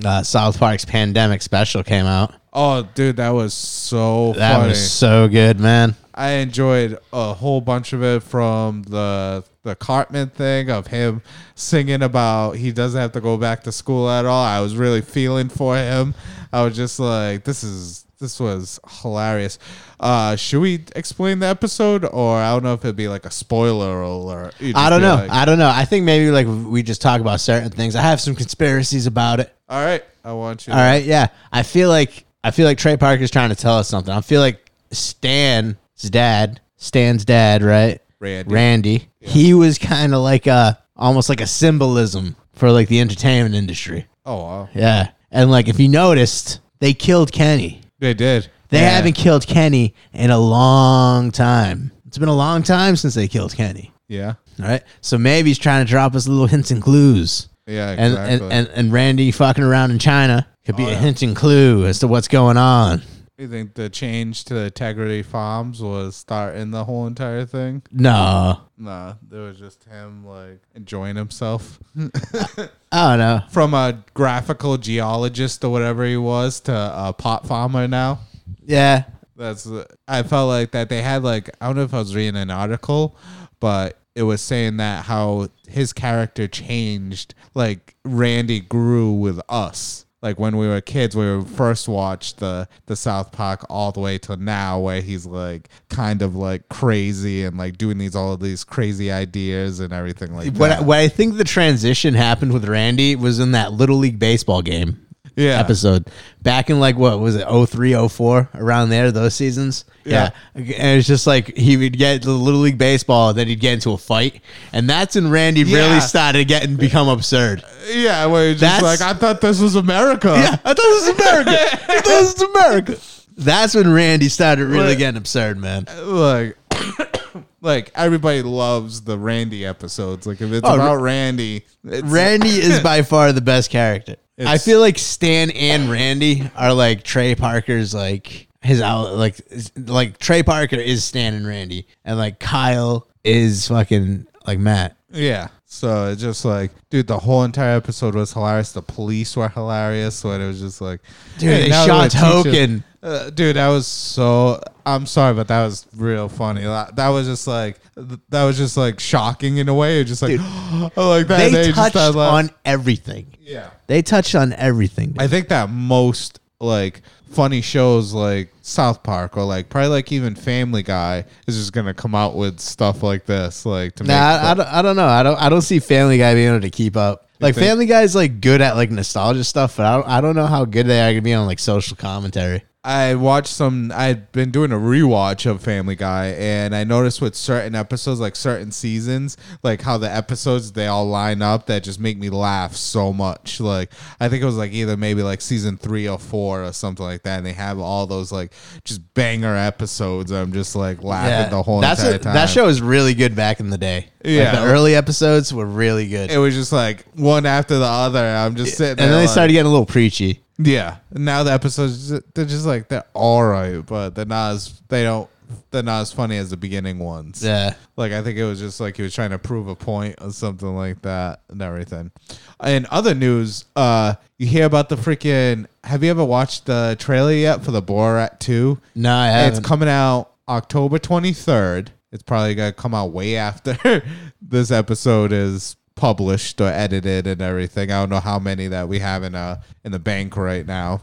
S3: Uh, South Park's pandemic special came out.
S2: Oh, dude, that was so
S3: That
S2: funny.
S3: was so good, man.
S2: I enjoyed a whole bunch of it from the the Cartman thing of him singing about he doesn't have to go back to school at all. I was really feeling for him. I was just like, this is this was hilarious. Uh, should we explain the episode, or I don't know if it'd be like a spoiler alert? You'd just
S3: I don't
S2: be
S3: know.
S2: like,
S3: I don't know. I think maybe like we just talk about certain things. I have some conspiracies about it.
S2: all right, I want you.
S3: All right, yeah. I feel like I feel like Trey Parker's trying to tell us something. I feel like Stan's dad, Stan's dad, right?
S2: Randy.
S3: Randy. He was kind of like a almost like a symbolism for like the entertainment industry.
S2: Oh, wow.
S3: Yeah. And like if you noticed, they killed Kenny.
S2: they did.
S3: They
S2: Yeah.
S3: haven't killed Kenny in a long time. It's been a long time since they killed Kenny.
S2: Yeah.
S3: All right. So maybe he's trying to drop us little hints and clues.
S2: Yeah.
S3: And,
S2: Exactly.
S3: and, and, and Randy fucking around in China could be a hint and clue as to what's going on.
S2: You think the change to Integrity Farms was starting the whole entire thing?
S3: No.
S2: Nah, it was just him like enjoying himself.
S3: I don't know.
S2: From a graphical geologist or whatever he was to a pot farmer now.
S3: Yeah.
S2: That's I felt like that they had like I don't know if I was reading an article, but it was saying that how his character changed, like Randy grew with us. Like when we were kids, we were first watched the the South Park all the way till now, where he's like kind of like crazy and like doing these all of these crazy ideas and everything like
S3: What,
S2: that.
S3: I- what I think the transition happened with Randy was in that Little League Baseball game.
S2: yeah,
S3: episode back in like what was it 03 04 around there those seasons yeah, and it's just like he would get the little league baseball then he'd get into a fight and that's when randy
S2: Yeah.
S3: really started getting become absurd
S2: yeah. Where he's just
S3: That's-
S2: like I thought this was America.
S3: yeah i thought this was america i thought this was america that's when randy started really getting absurd man
S2: like like everybody loves the Randy episodes. Like if it's
S3: Oh,
S2: about Randy, it's,
S3: randy is by far the best character i
S2: It's-
S3: feel like stan and randy are like trey parker's like his out like is- like trey parker is stan and randy and like kyle is fucking like matt
S2: yeah. So it's just like, dude, the whole entire episode was hilarious. The police were hilarious. So it was just like,
S3: Dude, they
S2: now
S3: shot
S2: that we're teaching-
S3: Hogan.
S2: Uh, dude, that was so. I'm sorry, but that was real funny. That that was just like, th- that was just like shocking in a way. It was just like, like that.
S3: they,
S2: and just
S3: touched
S2: started laughing.
S3: on everything
S2: yeah.
S3: they touched on everything
S2: I think that most like funny shows like South Park or like probably like even Family Guy is just gonna come out with stuff like this, like to
S3: nah,
S2: make.
S3: I, I, don't, I don't know i don't i don't see family guy being able to keep up like
S2: think-
S3: family guy is like good at like nostalgia stuff but I don't, I don't know how good they are gonna be on like social commentary
S2: I watched some. I'd been doing a rewatch of Family Guy, and I noticed with certain episodes, like certain seasons, like how the episodes they all line up that just make me laugh so much. Like I think it was like either maybe like season three or four or something like that, and they have all those like just banger episodes. I'm just like laughing the whole
S3: That's
S2: entire
S3: what-
S2: time.
S3: That show was really good back in the day. Like,
S2: Yeah.
S3: the early episodes were really good.
S2: it was just like one after the other. I'm just sitting
S3: and
S2: there.
S3: then they
S2: like-
S3: started getting a little preachy.
S2: Yeah. Now the episodes, they're just like, they're all right, but they're not as, they don't, they're not as funny as the beginning ones.
S3: Yeah.
S2: Like, I think it was just like he was trying to prove a point or something like that and everything. In other news, uh, you hear about the freaking, have you ever watched the trailer yet for the Borat 2?
S3: No, I
S2: It's
S3: haven't.
S2: coming out October 23rd. It's probably going to come out way after this episode is published or edited and everything. I don't know how many that we have in uh in the bank right now,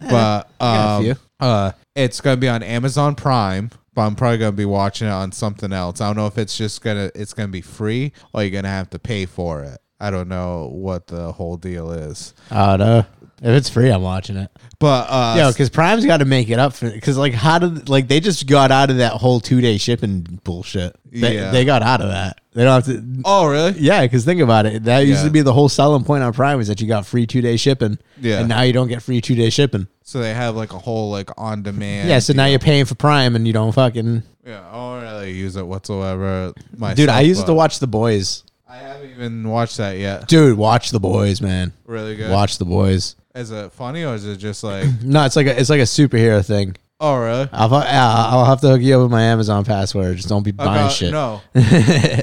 S2: but
S3: got a few.
S2: um, uh, it's gonna be on Amazon Prime. But I'm probably gonna be watching it on something else. I don't know if it's just gonna it's gonna be free or you're gonna have to pay for it. I don't know what the whole deal is.
S3: Oh no! If it's free, I'm watching it.
S2: But uh,
S3: Yo, because Prime's got to make it up for because like how did like they just got out of that whole two day shipping bullshit? They,
S2: Yeah.
S3: they got out of that. They don't have to.
S2: oh really?
S3: Yeah, because think about it. That used
S2: Yeah.
S3: to be the whole selling point on Prime is that you got free two day shipping.
S2: Yeah.
S3: and now you don't get free two day shipping.
S2: So they have like a whole like on demand.
S3: Yeah, so now you're paying for Prime and you don't fucking.
S2: Yeah, I don't really use it whatsoever. Myself,
S3: Dude, I used it
S2: but
S3: to watch The Boys.
S2: I haven't even watched that yet.
S3: Dude, watch The Boys, man.
S2: Really good.
S3: Watch The Boys.
S2: Is it funny or is it just like?
S3: No, it's like a it's like a superhero thing.
S2: oh really?
S3: I'll, fu- yeah, I'll have to hook you up with my Amazon password. Just don't be buying
S2: About-
S3: shit.
S2: uh, No.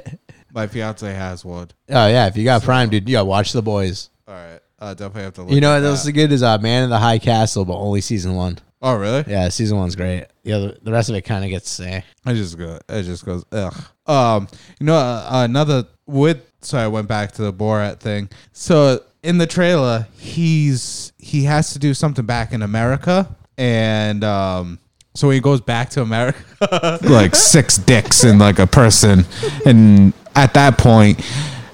S2: My fiance has one.
S3: Oh yeah, if you got Prime, dude, you gotta watch The Boys.
S2: All right. Uh, definitely have to. Look
S3: You know
S2: at
S3: what else is
S2: that.
S3: good is uh, Man in the High Castle, but only season one.
S2: Oh really?
S3: Yeah, season one's great. The other, the rest of it kind of gets eh.
S2: I just go. It just goes. Ugh. Um. You know uh, another with. So I went back to the Borat thing. So in the trailer, he's he has to do something back in America, and um. So he goes back to America.
S1: like six dicks in like a person, and at that point,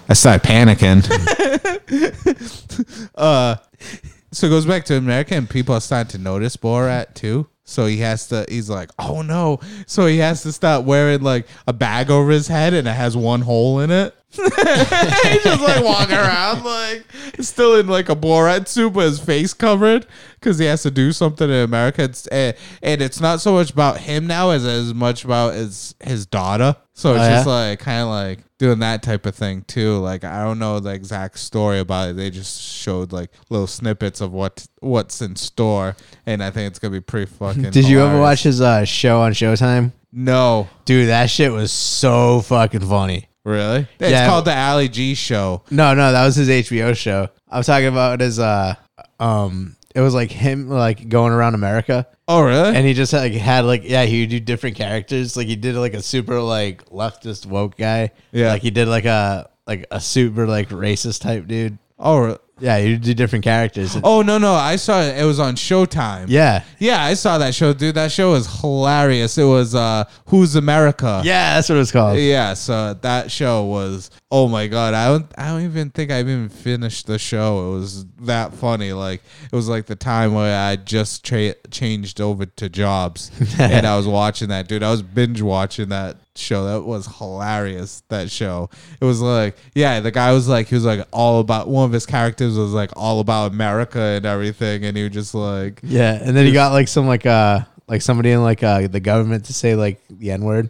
S1: I started panicking.
S2: so it goes back to America, and people are starting to notice Borat too. So he has to. He's like, oh no. So he has to start wearing like a bag over his head, and it has one hole in it. he's just like walking around like still in like a Borat suit, but his face covered because he has to do something in America. It's, and, and it's not so much about him now as as much about his his daughter. So it's
S3: Oh,
S2: just
S3: yeah?
S2: like kind of like doing that type of thing too. Like I don't know the exact story about it. They just showed like little snippets of what what's in store, and I think it's gonna be pretty fucking.
S3: Did you ever
S2: hilarious.
S3: watch his uh, show on Showtime?
S2: No,
S3: Dude, that shit was so fucking funny.
S2: really. It's
S3: Yeah.
S2: called the Ali G Show.
S3: No, no, that was his HBO show. I'm talking about his uh, um, it was like him like going around America.
S2: Oh really?
S3: and he just like had like yeah he would do different characters like he did like a super like leftist woke guy
S2: Yeah.
S3: like he did like a like a super like racist type dude
S2: oh. Re-
S3: yeah he would do different characters
S2: Oh no no! I saw it. It was on Showtime.
S3: yeah
S2: yeah, I saw that show, dude. That show was hilarious. It was uh, Who's America?
S3: yeah that's what it was called
S2: yeah. So that show was oh my god. I don't I don't even think I even finished the show. It was that funny. Like it was like the time where I just tra- changed over to jobs and I was watching that dude. I was binge watching that show. That was hilarious. That show. It was like yeah, the guy was like he was like all about one of his characters was like all about America and everything, and he was just like.
S3: yeah and then he got like some like uh like somebody in like uh the government to say like the n word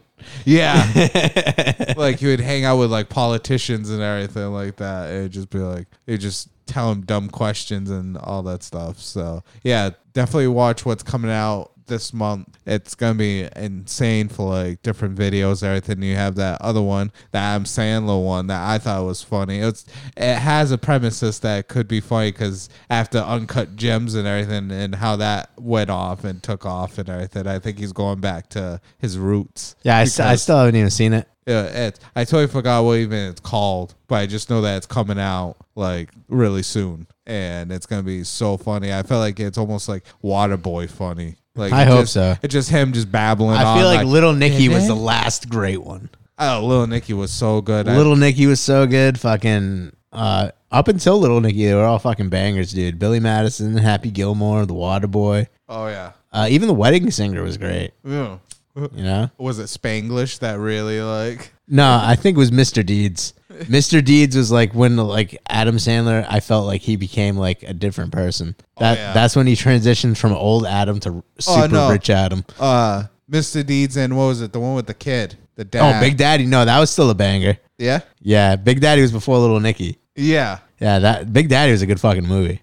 S2: Yeah. like he would hang out with like politicians and everything like that. It would just be like they just tell him dumb questions and all that stuff. So yeah, definitely watch what's coming out this month. It's gonna be insane for like different videos, and everything. You have that other one, the Adam Sandler one that I thought was funny. It's it has a premises that could be funny because after Uncut Gems and everything, and how that went off and took off and everything. I think he's going back to his roots.
S3: yeah I, st- I
S2: Because-
S3: still haven't even seen it
S2: yeah, it, I totally forgot what even it's called, but I just know that it's coming out like really soon, and it's gonna be so funny. I feel like it's almost like Waterboy funny. Like
S3: I
S2: it
S3: hope
S2: just-
S3: so.
S2: It's just him just babbling.
S3: i
S2: on,
S3: feel like, little nicky
S2: "Did
S3: was
S2: it?"
S3: the last great one
S2: oh, Little Nicky was so good. I-
S3: Little Nicky was so good. Fucking uh, up until Little Nicky, they were all fucking bangers, dude. Billy Madison, Happy Gilmore, The Waterboy,
S2: oh yeah.
S3: uh, even The Wedding Singer was great.
S2: yeah.
S3: You know?
S2: Was it Spanglish that really like?
S3: No, I think it was Mr. Deeds. Mr. Deeds was like when like Adam Sandler. I felt like he became like a different person. That
S2: yeah.
S3: that's when he transitioned from old Adam to super
S2: Oh, no.
S3: rich Adam.
S2: Uh, Mr. Deeds and what was it? The one with the kid, the dad.
S3: Oh, Big Daddy. No, that was still a banger.
S2: Yeah.
S3: Yeah, Big Daddy was before Little Nicky.
S2: Yeah.
S3: Yeah, that Big Daddy was a good fucking movie.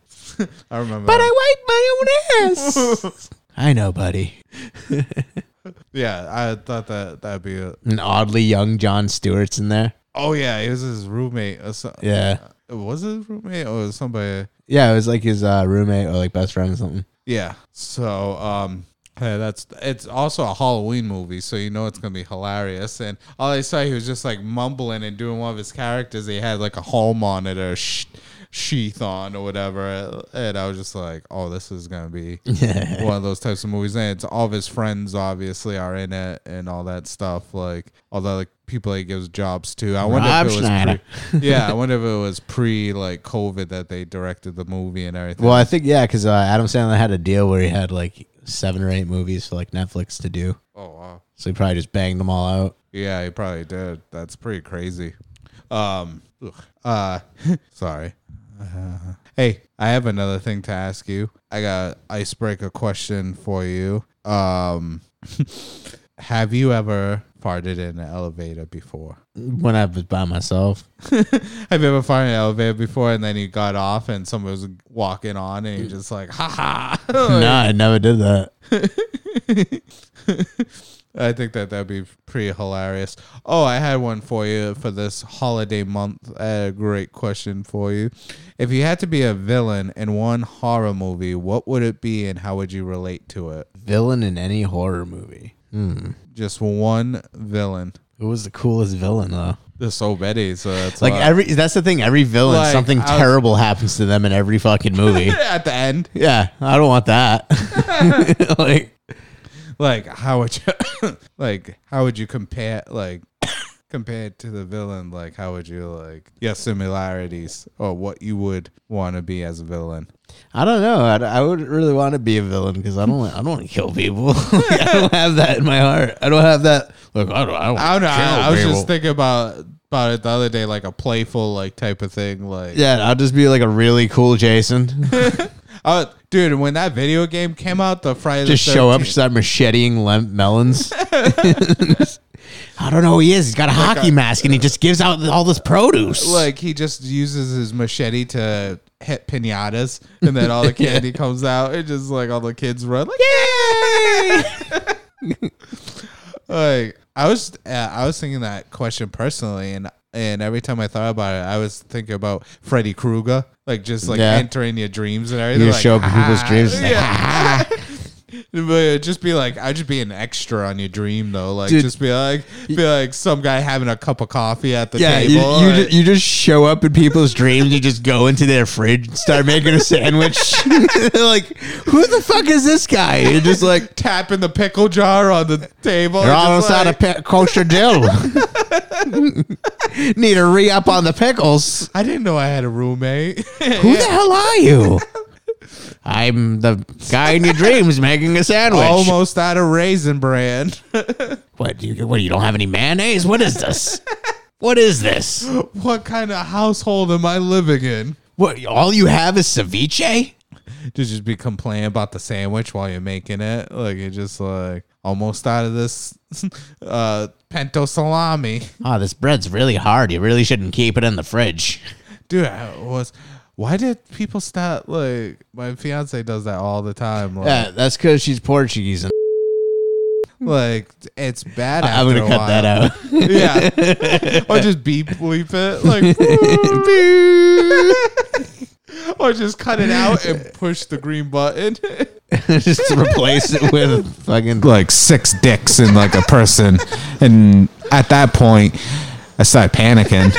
S2: I remember.
S3: But
S2: that.
S3: I wipe my own ass. I know, buddy.
S2: yeah, I thought that that'd be. A,
S3: An oddly young John Stewart's in there.
S2: oh yeah, he was his roommate. Or so,
S3: Yeah.
S2: It was it his roommate or was somebody
S3: Yeah, it was like his uh, roommate or like best friend or something.
S2: yeah so um Hey, that's it's also a Halloween movie, so you know it's gonna be hilarious. And all I saw, he was just like mumbling and doing one of his characters. He had like a hall monitor sh- sheath on or whatever, and I was just like, "Oh, this is gonna be one of those types of movies." And it's all of his friends obviously are in it and all that stuff. Like all the like people he gives jobs to. I wonder
S3: Rob
S2: if it
S3: Schneider.
S2: was pre- yeah, I wonder if it was pre like COVID that they directed the movie and everything.
S3: Well, I think yeah, because uh, Adam Sandler had a deal where he had like seven or eight movies for like Netflix to do,
S2: oh wow.
S3: so he probably just banged them all out.
S2: Yeah, he probably did. That's pretty crazy. Um, ugh. uh, sorry. Uh, hey, I have another thing to ask you. I got an icebreaker question for you. Um, have you ever farted in an elevator before?
S3: When I was by myself,
S2: Have you ever farted in an elevator before and then you got off and someone was walking on and you're just like, ha ha.
S3: no, I never did that.
S2: I think that that'd be pretty hilarious. Oh, I had one for you for this holiday month. I had a great question for you. If you had to be a villain in one horror movie, what would it be and how would you relate to it?
S3: Villain in any horror movie.
S2: Just one villain.
S3: Who was the coolest villain though?
S2: There's so many, so that's
S3: Like
S2: why-
S3: every that's the thing. Every villain,
S2: Like,
S3: something
S2: I was-
S3: terrible happens to them in every fucking movie.
S2: at the end.
S3: yeah, I don't want that. like
S2: Like how would you like how would you compare like compared to the villain? Like how would you like your similarities or what you would want to be as a villain?
S3: I don't know. I, I would really want to be a villain because I don't. I don't want to kill people. Like, I don't have that in my heart. I don't have that. Look, I don't. I don't.
S2: I don't know.
S3: kill
S2: I, I was
S3: people.
S2: just thinking about about it the other day, like a playful like type of thing. Like,
S3: Yeah, I'll just be like a really cool Jason.
S2: oh, dude, when that video game came out, the Friday
S3: Just
S2: the
S3: show up,
S2: 13th
S3: start macheting lem- melons. I don't know who he is. He's got a hockey mask and he just gives out all this produce.
S2: Like he just uses his machete to hit pinatas, and then all the candy comes out. It just like all the kids run like, yay! like I was, uh, I was thinking that question personally, and and every time I thought about it, I was thinking about Freddy Krueger, like just like
S3: Yeah.
S2: entering your dreams and everything.
S3: you
S2: like,
S3: show up in people's
S2: "Ah."
S3: dreams. it's like,
S2: Yeah. But it'd just be like I'd just be an extra on your dream though. Like
S3: Dude.
S2: just be like be like some guy having a cup of coffee at the
S3: Yeah,
S2: table.
S3: you, you,
S2: like-
S3: ju- you just show up in people's dreams. You just go into their fridge and start making a sandwich. like, who the fuck is this guy? You're just like,
S2: tapping the pickle jar on the table.
S3: you're
S2: and
S3: almost
S2: just
S3: out of
S2: like,
S3: pe- kosher dill. Need a re up on the pickles.
S2: I didn't know I had a roommate.
S3: Who the hell are you? I'm the guy in your dreams making a sandwich.
S2: Almost out of raisin bran.
S3: What do you? What you don't have any mayonnaise? What is this? what is this?
S2: what kind of household am I living in?
S3: What? All you have is ceviche.
S2: To just be complaining about the sandwich while you're making it. Like you're just like almost out of this uh pento salami.
S3: Oh, this bread's really hard. You really shouldn't keep it in the fridge.
S2: dude I was why did people stop like my fiance does that all the time like,
S3: Yeah, that's because she's Portuguese. And
S2: like it's bad
S3: I'm
S2: after
S3: gonna
S2: a
S3: cut
S2: while.
S3: that out.
S2: yeah or just beep bleep it like beep. or just cut it out and push the green button
S3: Just to replace it with fucking.
S1: like six dicks in like a person, and at that point, I started panicking.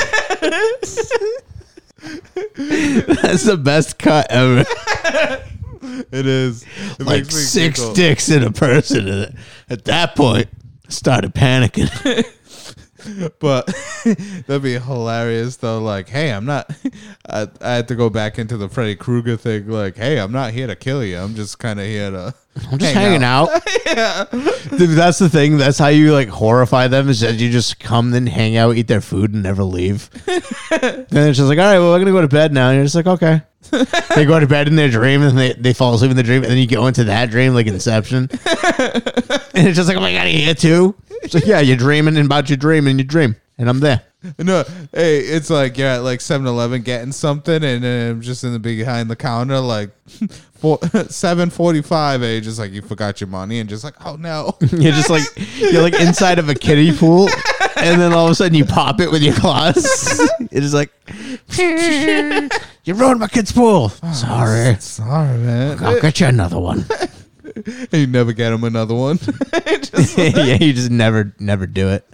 S3: That's the best cut ever.
S2: it is it
S3: Like
S2: makes me
S3: six
S2: giggle.
S3: dicks in a person. And At that point, I started panicking.
S2: but that'd be hilarious though like hey i'm not I, I had to go back into the freddy krueger thing like hey i'm not here to kill you i'm just kind of here to
S3: I'm just hanging out. Dude, that's the thing. That's how you like horrify them is that you just come then hang out, eat their food, and never leave. then it's just like, all right, well, we're gonna go to bed now. And you're just like, okay. they go to bed in their dream, and they, they fall asleep in the dream, and then you go into that dream like Inception. and it's just like, oh my god, you here too? It's like, yeah, you're dreaming about your dream and your dream, and I'm there.
S2: No, hey, it's like you're at like 7-Eleven getting something, and then I'm just in the behind the counter, like four, seven forty-five. And you're just like you forgot your money, and just like oh no,
S3: You're just like you're like inside of a kiddie pool, and then all of a sudden you pop it with your claws. It is like you ruined my kid's pool. Sorry,
S2: sorry, man.
S3: I'll get you another one.
S2: and you never get him another one. Just
S3: yeah, you just never never do it.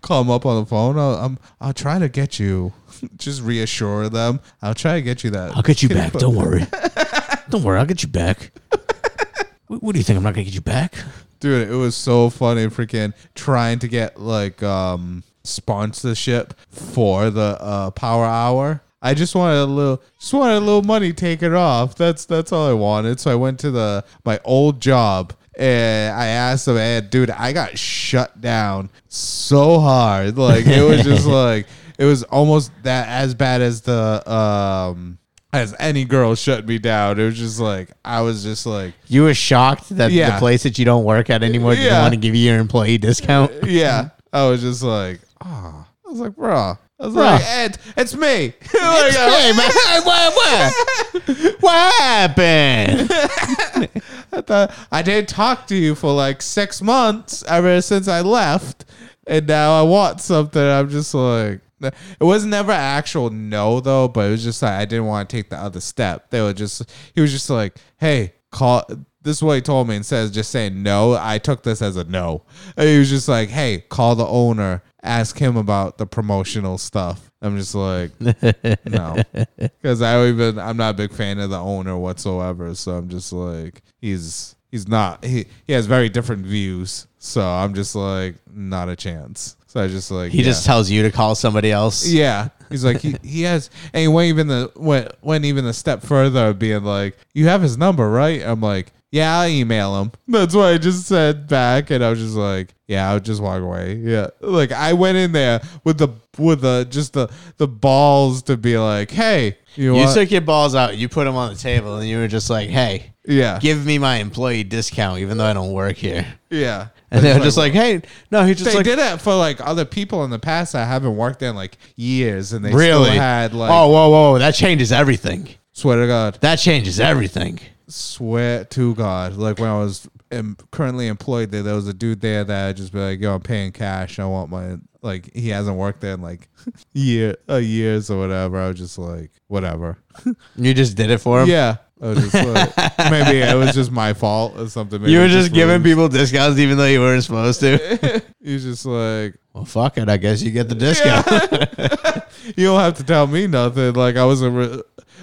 S2: call him up on the phone. I'll, I'm, I'll try to get you. Just reassure them. I'll try to get you that.
S5: I'll get you back. Don't worry. Don't worry. I'll get you back. What, what do you think? I'm not gonna get you back?
S2: dude it was so funny freaking trying to get like um sponsorship for the uh power hour i just wanted a little just wanted a little money taken off that's that's all i wanted so i went to the my old job and I asked them, hey, dude, I got shut down so hard. Like it was just like it was almost that as bad as the um as any girl shut me down. It was just like I was just like
S3: You were shocked that the
S2: Yeah.
S3: place that you don't work at anymore didn't
S2: Yeah.
S3: want to give you your employee discount.
S2: yeah. I was just like, ah. I was like, bruh. I was like, Ed, it's me. Like, I-
S3: hey man, what, what? what happened?
S2: I thought I didn't talk to you for like six months ever since I left, and now I want something. I'm just like, it was never actual no though, but it was just like I didn't want to take the other step. They were just, he was just like, hey, call. This is what he told me instead of just saying no. I took this as a no. And he was just like, hey, call the owner, ask him about the promotional stuff. I'm just like, no. Because I don't even I'm not a big fan of the owner whatsoever. So I'm just like he's he's not he, he has very different views. So I'm just like not a chance. So I just like
S3: He
S2: yeah.
S3: just tells you to call somebody else.
S2: yeah. He's like he, he has and he went even the went went even a step further of being like you have his number right. I'm like yeah I'll email him. That's what I just said back and I was just like yeah I'll just walk away. Yeah like I went in there with the with the just the the balls to be like hey. You,
S3: You
S2: want-
S3: took your balls out, you put them on the table, and you were just like, "Hey,
S2: Yeah.
S3: give me my employee discount, even though I don't work here."
S2: yeah.
S3: And they were just like, "Hey, no, he just
S2: they
S3: like
S2: did it for like other people in the past that haven't worked in like years and they still
S3: really
S2: had like
S3: oh, whoa, whoa, that changes everything.
S2: swear to God.
S3: That changes everything.
S2: Swear to God. Like when I was em- currently employed there, there was a dude there that I'd just be like, yo, I'm paying cash. I want my like he hasn't worked there in like year uh, years or whatever. I was just like, whatever.
S3: You just did it for him.
S2: Yeah. I was just like, maybe it was just my fault or something. Maybe
S3: you
S2: it
S3: were just giving
S2: rude.
S3: people discounts even though you weren't supposed to.
S2: He was just like,
S3: well, fuck it. I guess you get the discount.
S2: you don't have to tell me nothing. Like I wasn't re-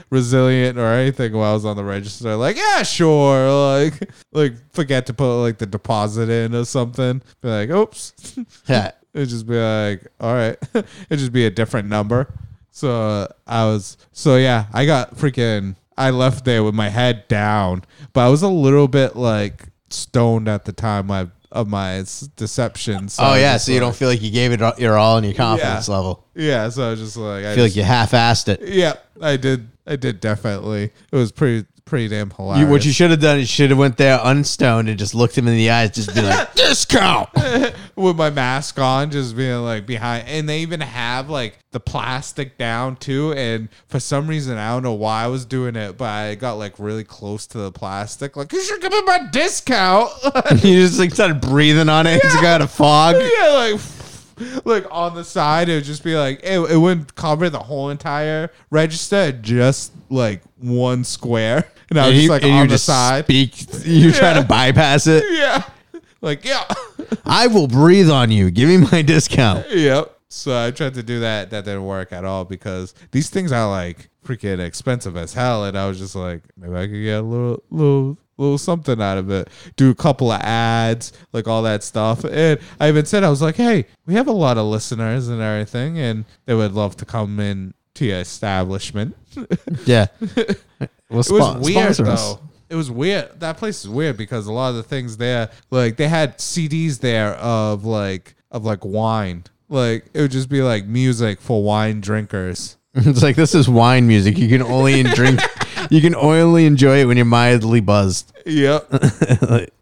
S2: resilient or anything while I was on the register. Like yeah, sure. Like like forget to put like the deposit in or something. Be like, oops.
S3: Yeah.
S2: It'd just be like, all right. It'd just be a different number. So uh, I was, so yeah, I got freaking, I left there with my head down, but I was a little bit like stoned at the time I, of my s- deception. So I
S3: Oh
S2: was
S3: yeah.
S2: just
S3: So you don't
S2: like-
S3: feel like you gave it all- your all in your confidence level.
S2: Yeah. So I was just like, I
S3: feel
S2: just-
S3: like you half-assed it.
S2: Yeah, I did. I did definitely. It was pretty pretty damn hilarious.
S3: You, what you should have done is should have went there unstoned and just looked him in the eyes, just be like, discount.
S2: with my mask on, just being like behind, and they even have like the plastic down too. And for some reason, I don't know why I was doing it, but I got like really close to the plastic. Like you should give me my discount.
S3: you just like started breathing on it. It's got a fog.
S2: yeah, like. Like on the side, it would just be like it, it wouldn't cover the whole entire register, just like one square. And I was
S3: And
S2: just
S3: you-
S2: like
S3: and you
S2: on the
S3: just
S2: side,
S3: Speak. You're trying to bypass it.
S2: yeah, like yeah.
S3: I will breathe on you. Give me my discount.
S2: Yep. So I tried to do that. That didn't work at all because these things are like freaking expensive as hell. And I was just like, maybe I could get a little, little, little something out of it. Do a couple of ads, like all that stuff. And I even said, I was like, hey, we have a lot of listeners and everything, and they would love to come in to your establishment.
S3: Yeah. Well,
S2: It was
S3: spon-
S2: weird
S3: sponsor
S2: though.
S3: us.
S2: It was weird. That place is weird because a lot of the things there, like they had CDs there of like of like wine. Like it would just be like music for wine drinkers.
S3: It's like this is wine music. You can only drink. You can only enjoy it when you're mildly buzzed.
S2: Yep.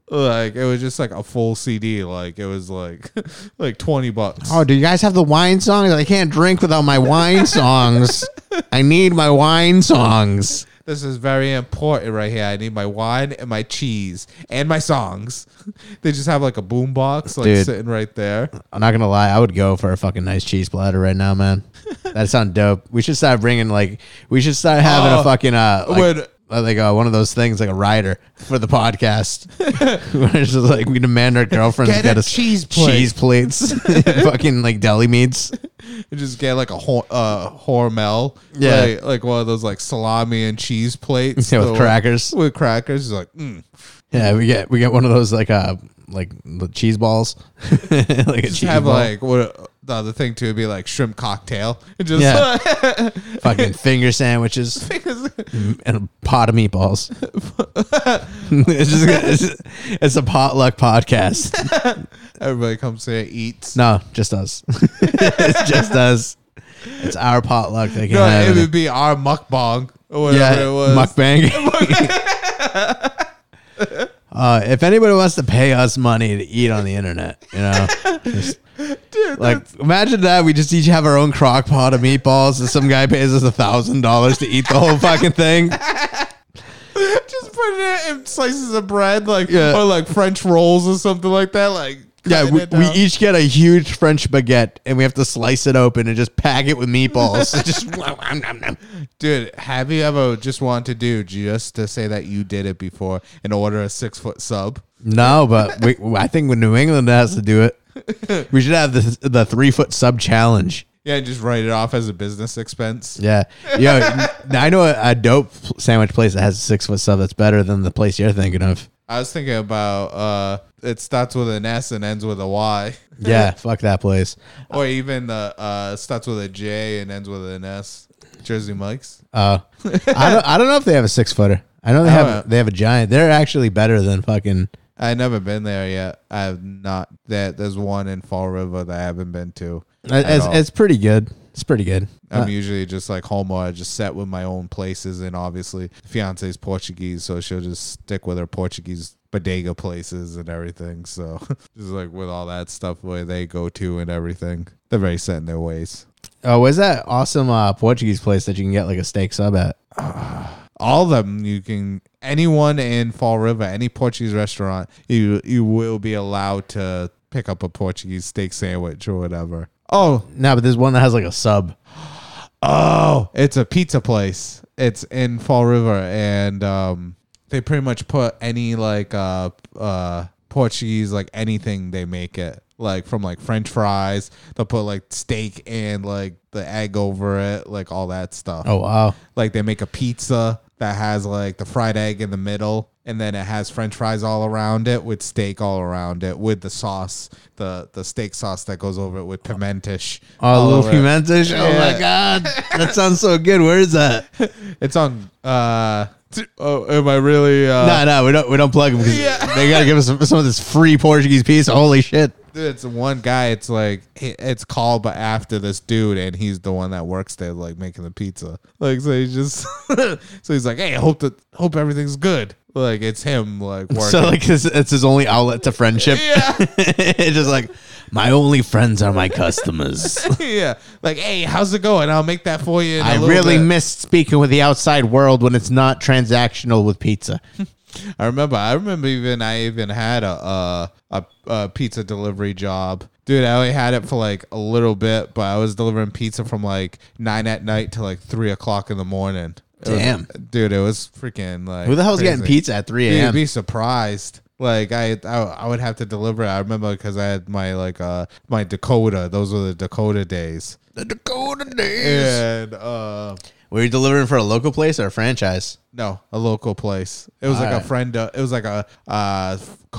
S2: like it was just like a full CD. Like it was like like twenty bucks.
S3: Oh, do you guys have the wine songs? I can't drink without my wine songs. I need my wine songs.
S2: This is very important right here. I need my wine and my cheese and my songs. they just have like a boom box like
S3: Dude.
S2: sitting right there.
S3: I'm not gonna lie. I would go for a fucking nice cheese platter right now, man. That sounds dope. We should start bringing like we should start having a
S2: Oh,
S3: fucking uh like,
S2: when
S3: like uh, one of those things, like a rider for the podcast. Where it's just like we demand our girlfriends
S2: Get
S3: get,
S2: a
S3: us
S2: cheese plate.
S3: cheese plates, fucking like deli meats.
S2: You just get like a hor- uh, hormel,
S3: Yeah.
S2: like, like one of those like salami and cheese plates
S3: Yeah, with
S2: the-
S3: crackers.
S2: With crackers, it's like mm.
S3: Yeah, we get we get one of those like uh like the cheese balls, like a
S2: just
S3: cheese
S2: have
S3: ball.
S2: like what the other thing too would be like shrimp cocktail. And just
S3: Yeah. fucking finger sandwiches and a pot of meatballs. it's, just, it's, it's a potluck podcast.
S2: everybody comes here eats.
S3: No, just us. it's just us. It's our potluck. They can
S2: No,
S3: have
S2: it
S3: it.
S2: would be our mukbang or
S3: yeah,
S2: whatever it was.
S3: mukbang. Uh, if anybody wants to pay us money to eat on the internet, you know, just- like imagine that we just each have our own crock pot of meatballs, and some guy pays us a thousand dollars to eat the whole fucking thing.
S2: just put it in slices of bread, like
S3: Yeah.
S2: or like French rolls or something like that. Like
S3: Yeah,
S2: cutting
S3: we,
S2: it
S3: we
S2: down.
S3: each get a huge French baguette, and we have to slice it open and just pack it with meatballs. It's just nom, nom, nom.
S2: Dude, have you ever just wanted to do just to say that you did it before and order a six foot sub?
S3: no, but we, I think when New England has to do it, we should have the the three foot sub challenge.
S2: Yeah, and just write it off as a business expense.
S3: Yeah. Yo, n- I know a, a dope sandwich place that has a six foot sub that's better than the place you're thinking of.
S2: I was thinking about uh it starts with an S and ends with a Y.
S3: Yeah, fuck that place.
S2: Or even the uh starts with a J and ends with an S. Jersey Mike's.
S3: Uh, I don't I don't know if they have a six footer. I know they
S2: Oh.
S3: have they have a giant. They're actually better than fucking
S2: I've never been there yet. I've not that there's one in Fall River that I haven't been to. at
S3: uh, it's,
S2: all.
S3: it's pretty good. It's pretty good.
S2: I'm
S3: Uh,
S2: usually just like home or I just set with my own places and obviously fiance's Portuguese, so she'll just stick with her Portuguese bodega places and everything. So just like with all that stuff where they go to and everything. They're very set in their ways.
S3: oh, was that awesome uh, Portuguese place that you can get like a steak sub at?
S2: All of them you can anyone in Fall River, any Portuguese restaurant, you you will be allowed to pick up a Portuguese steak sandwich or whatever. Oh,
S3: No, but there's one that has like a sub.
S2: Oh, it's a pizza place. It's in Fall River, and um, they pretty much put any like uh, uh, Portuguese like anything they make it like from like French fries. They'll put like steak and like the egg over it, like all that stuff.
S3: Oh wow.
S2: Like they make a pizza that has like the fried egg in the middle, and then it has French fries all around it with steak all around it with the sauce, the the steak sauce that goes over it with pimentish.
S3: Oh,
S2: all
S3: little
S2: over it.
S3: pimentos. Oh my
S2: Yeah.
S3: god, that sounds so good. Where is that?
S2: It's on. Uh, t- oh, am I really? Uh,
S3: no, no, we don't. We don't plug them because
S2: Yeah.
S3: they gotta give us some, some of this free Portuguese pizza. Holy shit!
S2: It's one guy. It's like he- it's called, but after this dude, and he's the one that works there, like making the pizza. Like so, he's just so he's like, hey, I hope that hope everything's good. Like it's him, like working.
S3: So like, it's, it's his only outlet to friendship.
S2: yeah,
S3: it's just like
S5: My only friends are my customers.
S2: yeah. Like, hey, how's it going? I'll make that for you. In a
S3: I
S2: little
S3: really
S2: bit."
S3: missed speaking with the outside world when it's not transactional with pizza.
S2: I remember. I remember even I even had a a, a a pizza delivery job. Dude, I only had it for like a little bit, but I was delivering pizza from like nine at night to like three o'clock in the morning. It was-
S3: Damn.
S2: dude, it was freaking like
S3: Who the hell's
S2: crazy.
S3: getting pizza at 3
S2: Dude, you'd
S3: a.m.?
S2: be surprised. Like I, I, I would have to deliver. it. I remember because I had my like uh my Dakota. Those were the Dakota days.
S3: The Dakota days.
S2: And uh,
S3: Were you delivering for a local place or a franchise?
S2: No, a local place. It was like
S3: Alright.
S2: a friend. Uh, it was like a uh,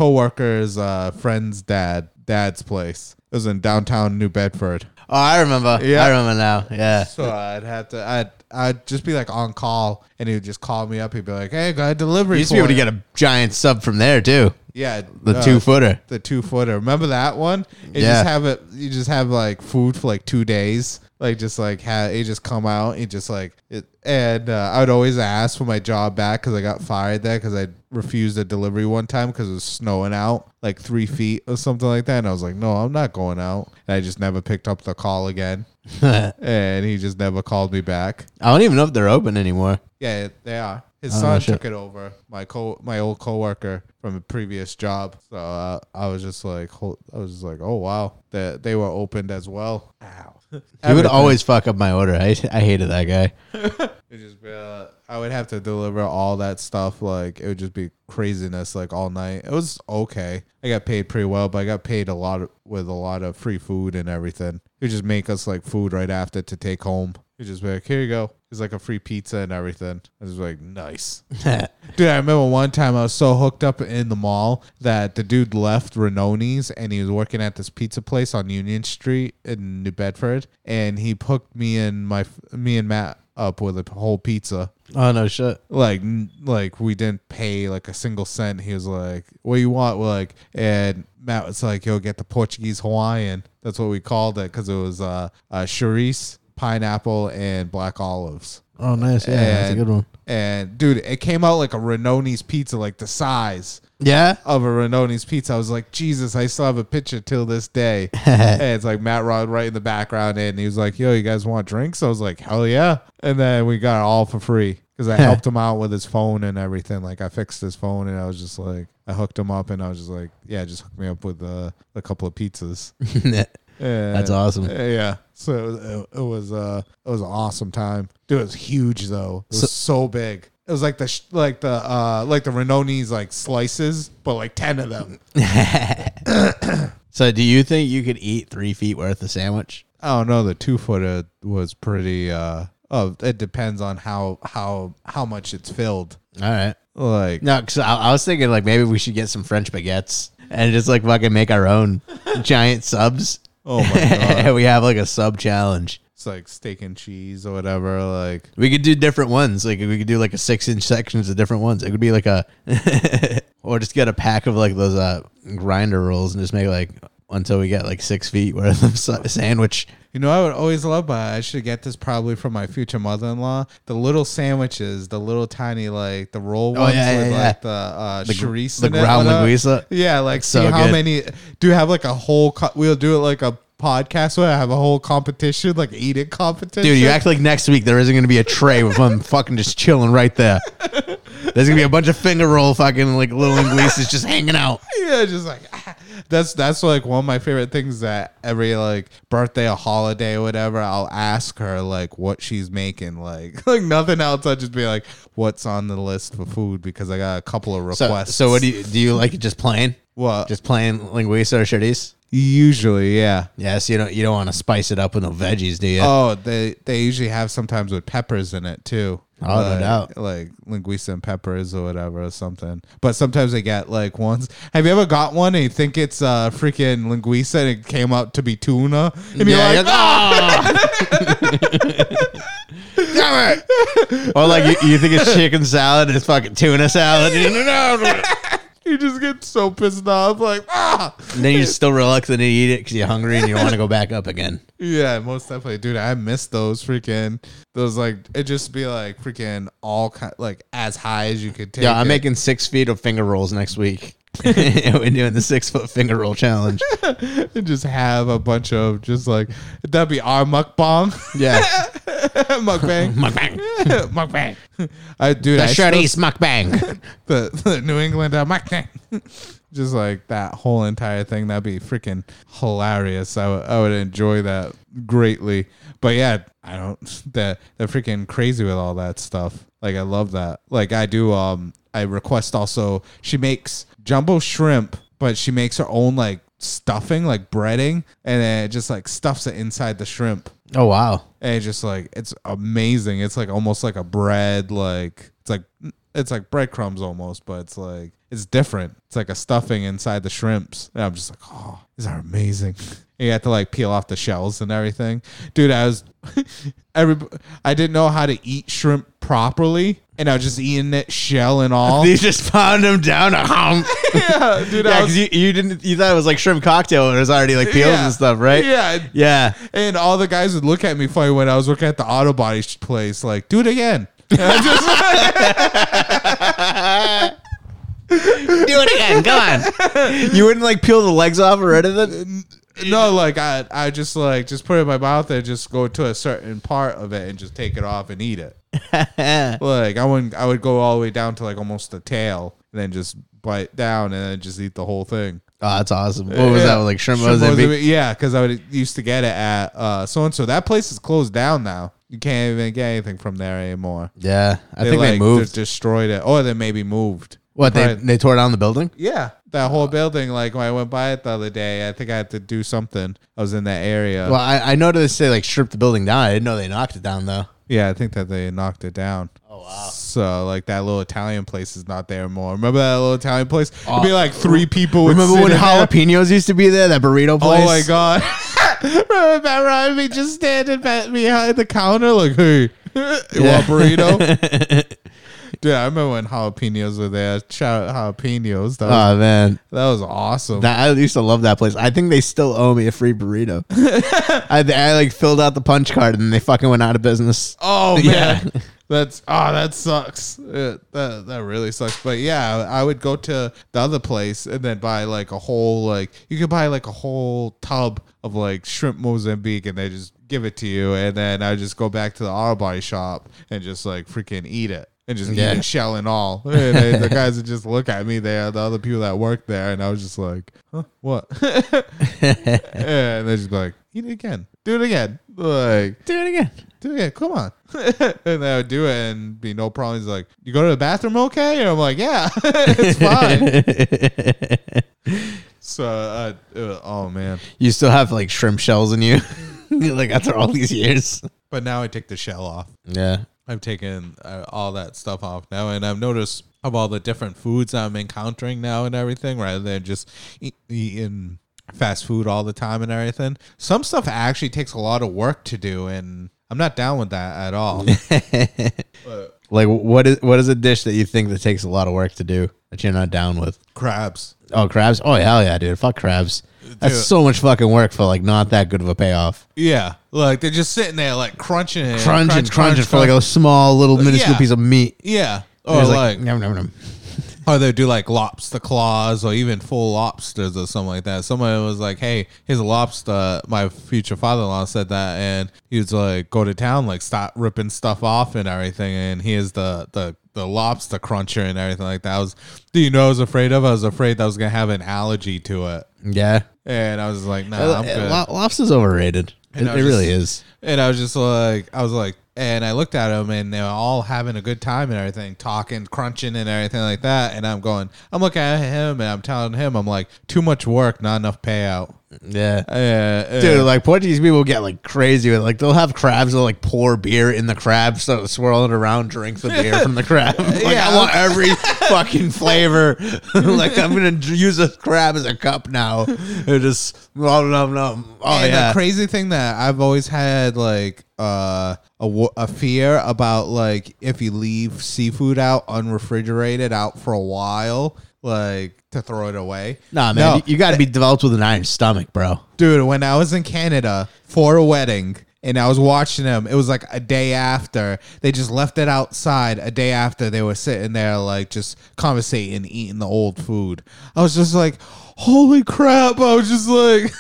S2: coworker's uh, friend's dad dad's place. It was in downtown New Bedford.
S3: Oh, I remember.
S2: Yeah.
S3: I remember now. Yeah.
S2: So I'd have to. I'd I'd just be like on call, and he would just call me up. He'd be like, "Hey, got a delivery."
S3: You used to be able
S2: for
S3: to
S2: you."
S3: get a giant sub from there too.
S2: yeah
S3: The
S2: uh,
S3: two footer.
S2: the two footer. Remember that one? You
S3: Yeah.
S2: just have it. You just have like food for like two days. Like just like ha it just come out. It just like it. And uh, I would always ask for my job back because I got fired there because I refused a delivery one time because it was snowing out like three feet or something like that. And I was like, no, I'm not going out. And I just never picked up the call again.
S3: I
S2: And he just never called me back.
S3: don't even know if they're open anymore.
S2: Yeah, they are. His
S3: Oh,
S2: son
S3: shit.
S2: took it over. My co my old coworker from a previous job. So uh, I was just like, hol- I was just like, oh wow, that they were opened as well. Wow.
S3: He would always fuck up my order. I, I hated that guy.
S2: It'd just be, uh, I would have to deliver all that stuff. Like it would just be craziness, like all night. It was okay. I got paid pretty well, but I got paid a lot of, with a lot of free food and everything. He would just make us like food right after to take home. He'd just be like, "Here you go." It's like a free pizza and everything. I was like, "Nice." Dude, I remember one time I was so hooked up in the mall that the dude left Renoni's and he was working at this pizza place on Union Street in New Bedford, and he hooked me and my me and Matt up with a whole pizza.
S3: oh no shit.
S2: Like, n- like we didn't pay like a single cent. He was like, "What do you want?" We're like, and Matt was like, "Yo, get the Portuguese Hawaiian." That's what we called it because it was uh, uh chorizo, pineapple, and black olives.
S3: Oh nice. Yeah, that's a
S2: And-
S3: good one.
S2: And dude, it came out like a Renoni's pizza, like the size
S3: Yeah.
S2: of a Renoni's pizza. I was like, Jesus, I still have a picture till this day. and it's like Matt Rod right in the background, and he was like, Yo, you guys want drinks? I was like, Hell yeah! And then we got it all for free because I helped him out with his phone and everything. Like I fixed his phone, and I was just like, I hooked him up, and I was just like, Yeah, just hook me up with uh, a couple of pizzas.
S3: that's awesome.
S2: Uh, yeah. So it was, it, it was uh it was an awesome time. Dude, it was huge though. It was so, big. It was like the sh- like the uh like the Renoni's like slices, but like ten of them.
S3: So do you think you could eat three feet worth of sandwich?
S2: I don't know. The two footer was pretty. uh Oh, it depends on how how how much it's filled.
S3: All right.
S2: Like
S3: No, because I, I was thinking like maybe we should get some French baguettes and just like fucking make our own giant subs.
S2: oh my god,
S3: and we have like a sub challenge.
S2: it's like steak and cheese or whatever. Like
S3: We could do different ones. Like we could do like a six inch sections of different ones. It could be like a, or just get a pack of like those uh grinder rolls and just make like until we get like six feet worth of sa- sandwich.
S2: You know, I would always love, but I should get this probably from my future mother in law. The little sandwiches, the little tiny, like the roll
S3: Oh,
S2: ones
S3: yeah, yeah,
S2: with
S3: yeah.
S2: like the uh,
S3: The gr-
S2: chorizo,
S3: the
S2: in it,
S3: ground
S2: whatever.
S3: linguiça.
S2: Yeah, like
S3: so
S2: see how
S3: good.
S2: many. Do you have like a whole? Co- we'll do it like a podcast where I have a whole competition, like eating competition.
S3: Dude, you act like next week there isn't going to be a tray with them fucking just chilling right there. There's going to be a bunch of finger roll fucking like little linguices just hanging out.
S2: yeah, just like ah. that's that's like one of my favorite things that every like birthday or holiday or whatever, I'll ask her like what she's making, like like nothing else. I'll just be like, what's on the list for food because I got a couple of
S3: So,
S2: requests.
S3: so what do you do? You like it just plain,
S2: Well,
S3: just plain linguiça or shitties?
S2: usually, yeah.
S3: Yeah, so you don't you don't want to spice it up with no veggies, do you?
S2: Oh, they they usually have sometimes with peppers in it too.
S3: Oh, no
S2: like,
S3: doubt.
S2: Like linguiça and peppers or whatever or something. But sometimes they get like ones. Have you ever got one and you think it's uh freaking linguiça and it came out to be tuna? And
S3: Yeah,
S2: you're
S3: you're
S2: like,
S3: like, "Ah!"
S2: damn it!
S3: Or like you, you think it's chicken salad and it's fucking tuna salad. and
S2: You just get so pissed off, like ah.
S3: then you're still reluctant to eat it because you're hungry and you want to go back up again.
S2: Yeah, most definitely, dude. I miss those freaking those like it just be like freaking all kind like as high as you could take.
S3: Yeah, I'm
S2: it.
S3: making six feet of finger rolls next week. We're doing the six foot finger roll challenge.
S2: and just have a bunch of just like that'd be our mukbang,
S3: Yeah.
S2: mukbang,
S5: Bang.
S2: mukbang. I dude, I
S3: The
S2: still-
S3: shirties mukbang.
S2: the, the New England uh, mukbang. Just like that whole entire thing, that'd be freaking hilarious. I would- I would enjoy that greatly. But yeah, I don't. They're, they're freaking crazy with all that stuff. Like I love that. Like I do. Um, I request also. She makes jumbo shrimp, but she makes her own like stuffing, like breading, and then it just like stuffs it inside the shrimp.
S3: Oh wow.
S2: And it's just like it's amazing. It's like almost like a bread, like it's like it's like breadcrumbs almost, but it's like it's different. It's like a stuffing inside the shrimps. And I'm just like, oh, these are amazing. And you have to like peel off the shells and everything, dude. I was every I didn't know how to eat shrimp properly, and I was just eating it shell and all.
S3: You just pound them down a hump.
S2: yeah, dude.
S3: yeah,
S2: I
S3: because
S2: was,
S3: you, you didn't you thought it was like shrimp cocktail and it was already like peels
S2: Yeah.
S3: and stuff, right?
S2: yeah,
S3: Yeah.
S2: And all the guys would look at me funny when I was working at the auto body sh- place, like, do it again. And I just- Uh,
S3: Do it again. Go on. You wouldn't like peel the legs off or anything?
S2: no, like I, I just like just put it in my mouth and just go to a certain part of it and just take it off and eat it. like I wouldn't, I would go all the way down to like almost the tail, and then just bite down and then just eat the whole thing.
S3: Oh, that's awesome. What was
S2: Yeah.
S3: that? Like shrimp
S2: Shrimp
S3: Mozambique?
S2: Mozambique, Yeah, because I would, used to get it at uh, so and so. That place is closed down now. You can't even get anything from there anymore.
S3: Yeah, I think they
S2: like,
S3: moved.
S2: de- destroyed it, or they maybe moved.
S3: What they
S2: Right.
S3: they tore down the building?
S2: Yeah, that whole building. Like when I went by it the other day, I think I had to do something. I was in that area.
S3: Well, I, I noticed they like stripped the building down. I didn't know they knocked it down though.
S2: Yeah, I think that they knocked it down. Oh wow! So like that little Italian place is not there anymore. Remember that little Italian place? It'd be like three people. Would
S3: Remember
S2: sit
S3: when
S2: in there?
S3: jalapenos used to be there? That burrito place.
S2: Oh my god! Remember Matt Ryan be just standing back behind the counter like, "Hey, you want a burrito?" Dude, I remember when jalapenos were there. Shout out jalapenos. That was,
S3: Oh man,
S2: that was awesome.
S3: that, I used to love that place. I think they still owe me a free burrito. I, I like filled out the punch card and they fucking went out of business.
S2: Oh
S3: Yeah.
S2: man, that's oh that sucks. Uh, that that really sucks. But yeah, I would go to the other place and then buy like a whole like you could buy like a whole tub of like shrimp Mozambique and they just give it to you and then I just go back to the auto body shop and just like freaking eat it. And just
S3: Yeah.
S2: eat it, shell and all. And they- the guys would just look at me there, the other people that work there, and I was just like, huh, what? and they just be like, eat it again. Do it again. Like,
S3: Do it again.
S2: do it, come on. and I would do it and be no problem. He's like, You go to the bathroom okay? And I'm like, Yeah, it's fine. so, uh, uh, oh man.
S3: You still have like shrimp shells in you, like after all these years.
S2: But now I take the shell off.
S3: Yeah.
S2: I've taken uh, all that stuff off now. And I've noticed of all the different foods I'm encountering now and everything, rather than just eat, eating fast food all the time and everything, some stuff actually takes a lot of work to do. And I'm not down with that at all.
S3: Like what is what is a dish that you think that takes a lot of work to do that you're not down with?
S2: Crabs.
S3: Oh, crabs! Oh hell yeah, dude! Fuck crabs. That's
S2: Dude.
S3: so much fucking work for like not that good of a payoff.
S2: Yeah, like they're just sitting there, like crunching it,
S3: Crunching, crunching
S2: crunch,
S3: for like a
S2: crunch.
S3: small little minuscule
S2: yeah.
S3: piece of meat.
S2: yeah,
S3: It
S2: or
S3: was
S2: like,
S3: nom, nom, nom.
S2: or they do like lobster claws, or even full lobsters, or something like that. Someone was like, "Hey, here's a lobster." My future father-in-law said that, and he was like, "Go to town, like stop ripping stuff off and everything." And here's the the the lobster cruncher and everything like that. I was, do you know, what I was afraid of. I was afraid that I was gonna have an allergy to it,
S3: Yeah,
S2: and I was like,
S3: Uh,
S2: "Nah, I'm good."
S3: lo- lobster's overrated. It,
S2: know,
S3: it really
S2: just-
S3: is.
S2: And I was just like, I was like, and I looked at them and they were all having a good time and everything, talking, crunching and everything like that. And I'm going, I'm looking at him and I'm telling him, I'm like, too much work, not enough payout.
S3: Yeah.
S2: Uh, Yeah,
S3: Dude, like Portuguese people get like crazy with like they'll have crabs they'll like pour beer in the crab, so swirl it around, drink the beer from the crab. like I want every fucking flavor. like I'm gonna d- use a crab as a cup now. It just nom nom nom. Oh
S2: and
S3: yeah,
S2: the crazy thing that I've always had like uh, a, wo- a fear about like if you leave seafood out unrefrigerated out for a while, like to throw it away.
S3: nah man,
S2: No.
S3: you, you got to be developed with an iron stomach, bro.
S2: dude when i was in canada for a wedding and i was watching them it was like a day after they just left it outside a day after they were sitting there like just conversating eating the old food i was just like holy crap i was just like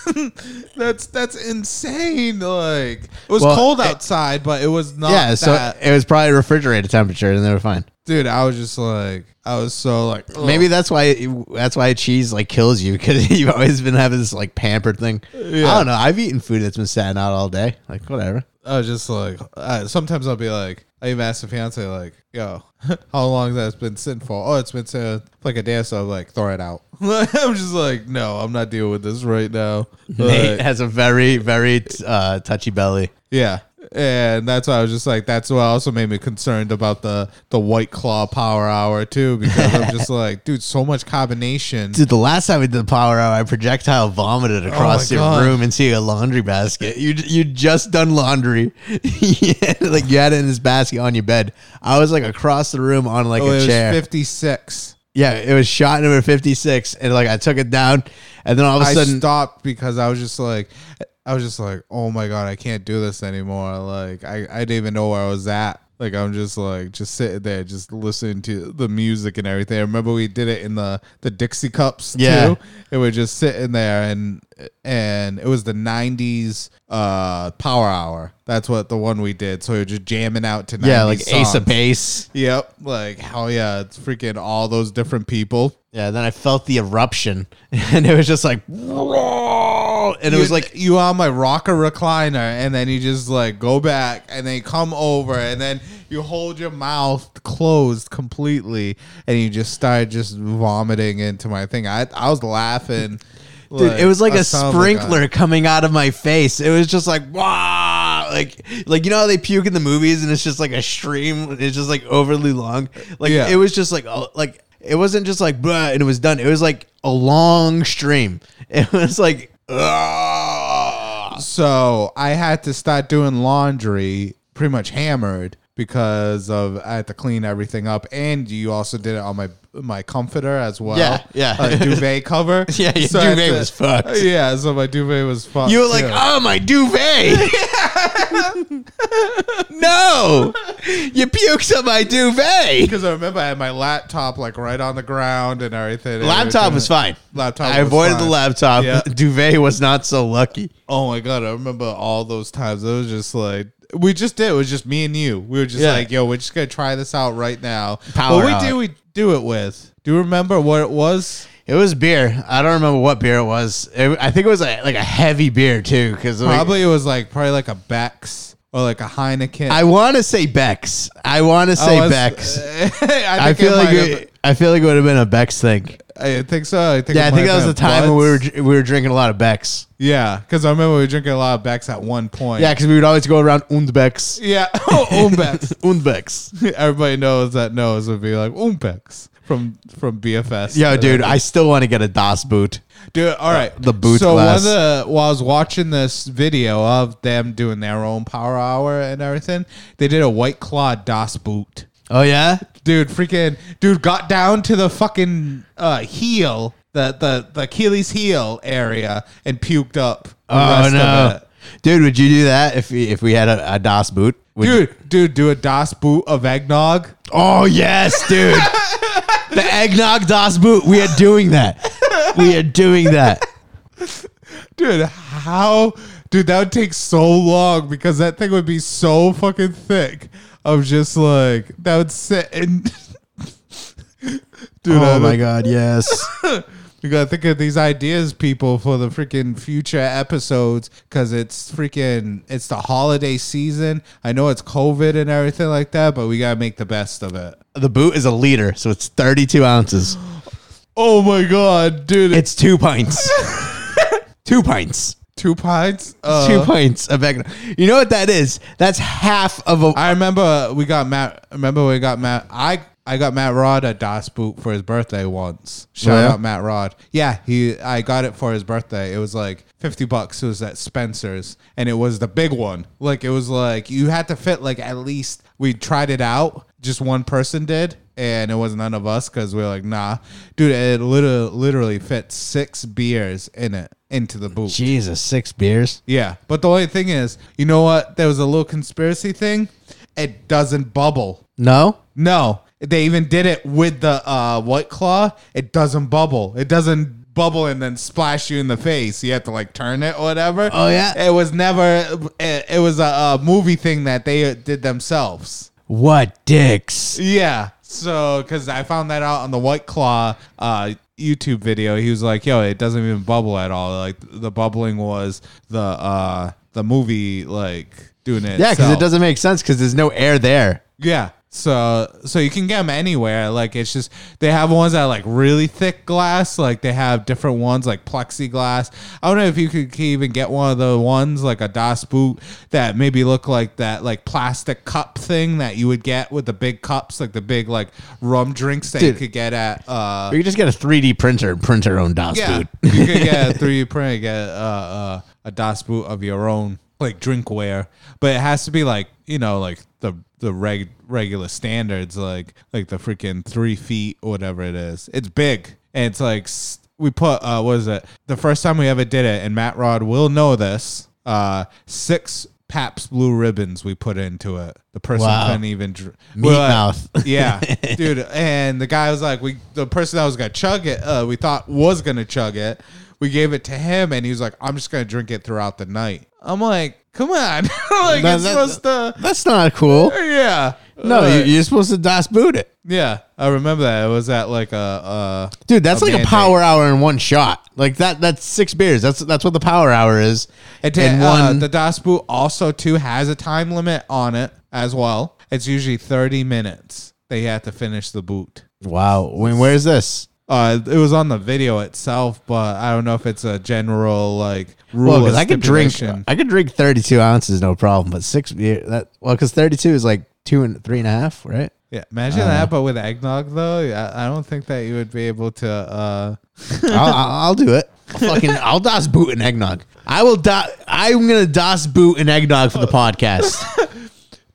S2: that's that's insane like it was
S3: Well,
S2: cold
S3: it-
S2: outside but it was not
S3: yeah, so
S2: that
S3: it was probably refrigerated temperature, and they were fine.
S2: dude i was just like i was so like ugh.
S3: Maybe that's why that's why cheese like kills you because you've always been having this like pampered thing. I don't know. I've eaten food that's been sat out all day. Like whatever.
S2: I was just like, uh, sometimes I'll be like, I even asked the fiance, like, yo, how long that's been sitting for? Oh, it's been sitting for like a day, so I'm like, throw it out. I'm just like, no, I'm not dealing with this right now.
S3: Nate
S2: Like,
S3: has a very very uh, touchy belly.
S2: yeah. And that's why I was just like, that's what also made me concerned about the, the White Claw Power Hour, too, because I'm just like, dude, so much combination.
S3: Dude, the last time we did the power hour, I projectile vomited across
S2: Oh my
S3: your
S2: God.
S3: room into your laundry basket. You you just done laundry, yeah, like you had it in this basket on your bed. I was like across the room on like
S2: Oh, it
S3: a
S2: was
S3: chair.
S2: 56.
S3: yeah, it was shot number fifty six, and like I took it down, and then all of a
S2: I
S3: sudden
S2: stopped because I was just like, I was just like, oh my god, I can't do this anymore. Like I, I didn't even know where I was at. Like I'm just like just sitting there, just listening to the music and everything. I remember we did it in the the Dixie cups
S3: Yeah.
S2: too, and we're just sitting there, and and it was the '90s uh Power Hour. That's what the one we did. So we were just jamming out to 90s
S3: Yeah, like Ace of
S2: songs.
S3: Base.
S2: Yep, like hell yeah, it's freaking all those different people.
S3: Yeah, then I felt the eruption, and it was just like, "Whoa," and it was
S2: You-
S3: like,
S2: you on my rocker recliner, and then you just like go back, and then come over, and then you hold your mouth closed completely, and you just start just vomiting into my thing. I I was laughing.
S3: dude, it was like
S2: I
S3: a
S2: sound like
S3: sprinkler coming out of my face. It was just like, wow, like, like you know how they puke in the movies, and it's just like a stream. It's just like overly long. Like
S2: Yeah.
S3: it was just like, oh, like it wasn't just like, bruh, and it was done. It was like a long stream. It was like, "Ah."
S2: So I had to start doing laundry pretty much hammered because of I had to clean everything up, and you also did it on my my comforter as well.
S3: Yeah, yeah.
S2: uh, duvet cover.
S3: Yeah, your
S2: I had
S3: duvet was fucked.
S2: Yeah, so my duvet was fucked.
S3: you were like,
S2: too.
S3: oh my duvet. no, you puked on my duvet.
S2: because I remember I had my laptop like right on the ground and everything. and
S3: Laptop
S2: everything.
S3: was fine.
S2: Laptop.
S3: I
S2: was
S3: avoided
S2: fine.
S3: the laptop.
S2: Yeah.
S3: Duvet was not so lucky.
S2: Oh my god, I remember all those times. It was just like we just did. It was just me and you. We were just
S3: Yeah.
S2: like, yo, we're just gonna try this out right now.
S3: Power
S2: what we
S3: out.
S2: do, we do it with. Do you remember what it was?
S3: It was beer. I don't remember what beer it was. It- I think it was a, like a heavy beer too, because
S2: Probably it was like probably like a Beck's or like a Heineken.
S3: I want to say Beck's. I want to say
S2: was-
S3: Beck's.
S2: Oh, uh, I, think
S3: I
S2: it
S3: feel like
S2: might have-
S3: it, I feel like it would have been a Beck's thing.
S2: I think so. I think
S3: Yeah,
S2: it
S3: I
S2: might
S3: think that was
S2: have
S3: the
S2: been
S3: time when we
S2: Bud's.
S3: were dr- we were drinking a lot of Beck's.
S2: Yeah, because I remember we were drinking a lot of Beck's at one point.
S3: Yeah, because we would always go around und Beck's.
S2: yeah, oh, Beck's.
S3: und Beck's.
S2: Everybody knows that knows would be like Umpex from from BFS.
S3: Yo, dude, I still want to get a Das Boot.
S2: dude. All right,
S3: the boot
S2: So one
S3: glass.
S2: of the while I was watching this video of them doing their own power hour and everything, they did a White Claw Das Boot.
S3: Oh yeah,
S2: Dude, freaking dude got down to the fucking uh, heel, the the the Achilles heel area, and puked up. The
S3: oh
S2: rest of
S3: no,
S2: it.
S3: dude, would you do that if we, if we had a, a Das Boot? Would you-
S2: Dude, dude, do a Das Boot of eggnog.
S3: Oh yes, dude. the eggnog das boot. We are doing that. We are doing that.
S2: Dude, how? Dude, that would take so long because that thing would be so fucking thick. Of just like that would sit and. Dude, I
S3: oh my
S2: don't-
S3: god, yes.
S2: you gotta think of these ideas, people, for the freaking future episodes because it's freaking it's the holiday season. I know it's COVID and everything like that, but we gotta make the best of it.
S3: The boot is a liter, so it's 32 ounces.
S2: Oh my god, dude!
S3: It's two pints. two pints.
S2: two pints. Uh,
S3: two pints of eggnog. You know what that is? That's half of a.
S2: I remember we got Matt. Remember we got Matt. I I got Matt Rod a Das Boot for his birthday once. Shout
S3: Yeah?
S2: out Matt Rod. Yeah, he. I got it for his birthday. It was like fifty bucks. It was at Spencer's, and it was the big one. Like it was like you had to fit like at least we tried it out. Just one person did, and it was none of us because we were like, nah, dude. It literally literally fit six beers in it into the boot.
S3: Jesus, six beers.
S2: Yeah, but the only thing is, you know what? There was a little conspiracy thing. It doesn't bubble.
S3: No?
S2: No, they even did it with the uh, white claw. It doesn't bubble. It doesn't bubble and then splash you in the face. You have to like turn it or whatever.
S3: Oh, yeah?
S2: It was never. It, it was a, a movie thing that they did themselves.
S3: What dicks?
S2: Yeah. So, because I found that out on the White Claw uh, YouTube video, he was like, "Yo, it doesn't even bubble at all. Like the bubbling was the uh, the movie like doing it.
S3: Yeah, because
S2: itself."
S3: it doesn't make sense because there's no air there.
S2: Yeah. So so you can get them anywhere. Like it's just they have ones that are like really thick glass. Like they have different ones like plexiglass. I don't know if you could c- even get one of the ones like a Das Boot that maybe look like that like plastic cup thing that you would get with the big cups, like the big like rum drinks that
S3: Dude.
S2: you could get at. uh
S3: We could just get a 3D printer and print our own DOS
S2: Yeah,
S3: boot.
S2: you could get a three D print, get uh, uh, a Das Boot of your own, like drinkware, but it has to be like you know like the the reg- regular standards, like like the freaking three feet or whatever it is. It's big and it's like s- we put uh, what is it? The first time we ever did it, and Matt Rod will know this. Uh, six Paps blue ribbons we put into it. The person
S3: Wow.
S2: couldn't even dr-
S3: Meat
S2: Well, uh,
S3: mouth.
S2: yeah, dude. And the guy was like, we the person that was gonna chug it, uh, we thought was gonna chug it. We gave it to him, and he was like, I'm just gonna drink it throughout the night. I'm like, come on, like
S3: No,
S2: it's
S3: that-
S2: supposed to,
S3: That's not cool.
S2: yeah.
S3: No,
S2: Uh,
S3: you, you're supposed to das boot it,
S2: yeah. I remember that. It was at like a. Uh,
S3: dude. That's
S2: A
S3: like a
S2: mandate.
S3: power hour in one shot. Like that. That's six beers. That's that's what the power hour is.
S2: It
S3: And
S2: did, uh,
S3: one-
S2: the Das Boot also too has a time limit on it as well. It's usually thirty minutes. They have to finish the boot.
S3: Wow. When where's this?
S2: Uh, it was on the video itself, but I don't know if it's a general like rule.
S3: Well,
S2: because
S3: because I could drink. I could drink 32 ounces, no problem. But six beer. That well, because 32 is like two and three and a Uh-huh. half, right?
S2: yeah, imagine that, but with eggnog though, yeah, I I don't think that you would be able to. Uh,
S3: I'll, I'll, I'll do it. I'll fucking, I'll das boot an eggnog. I will. Da- I'm gonna das boot an eggnog for the podcast.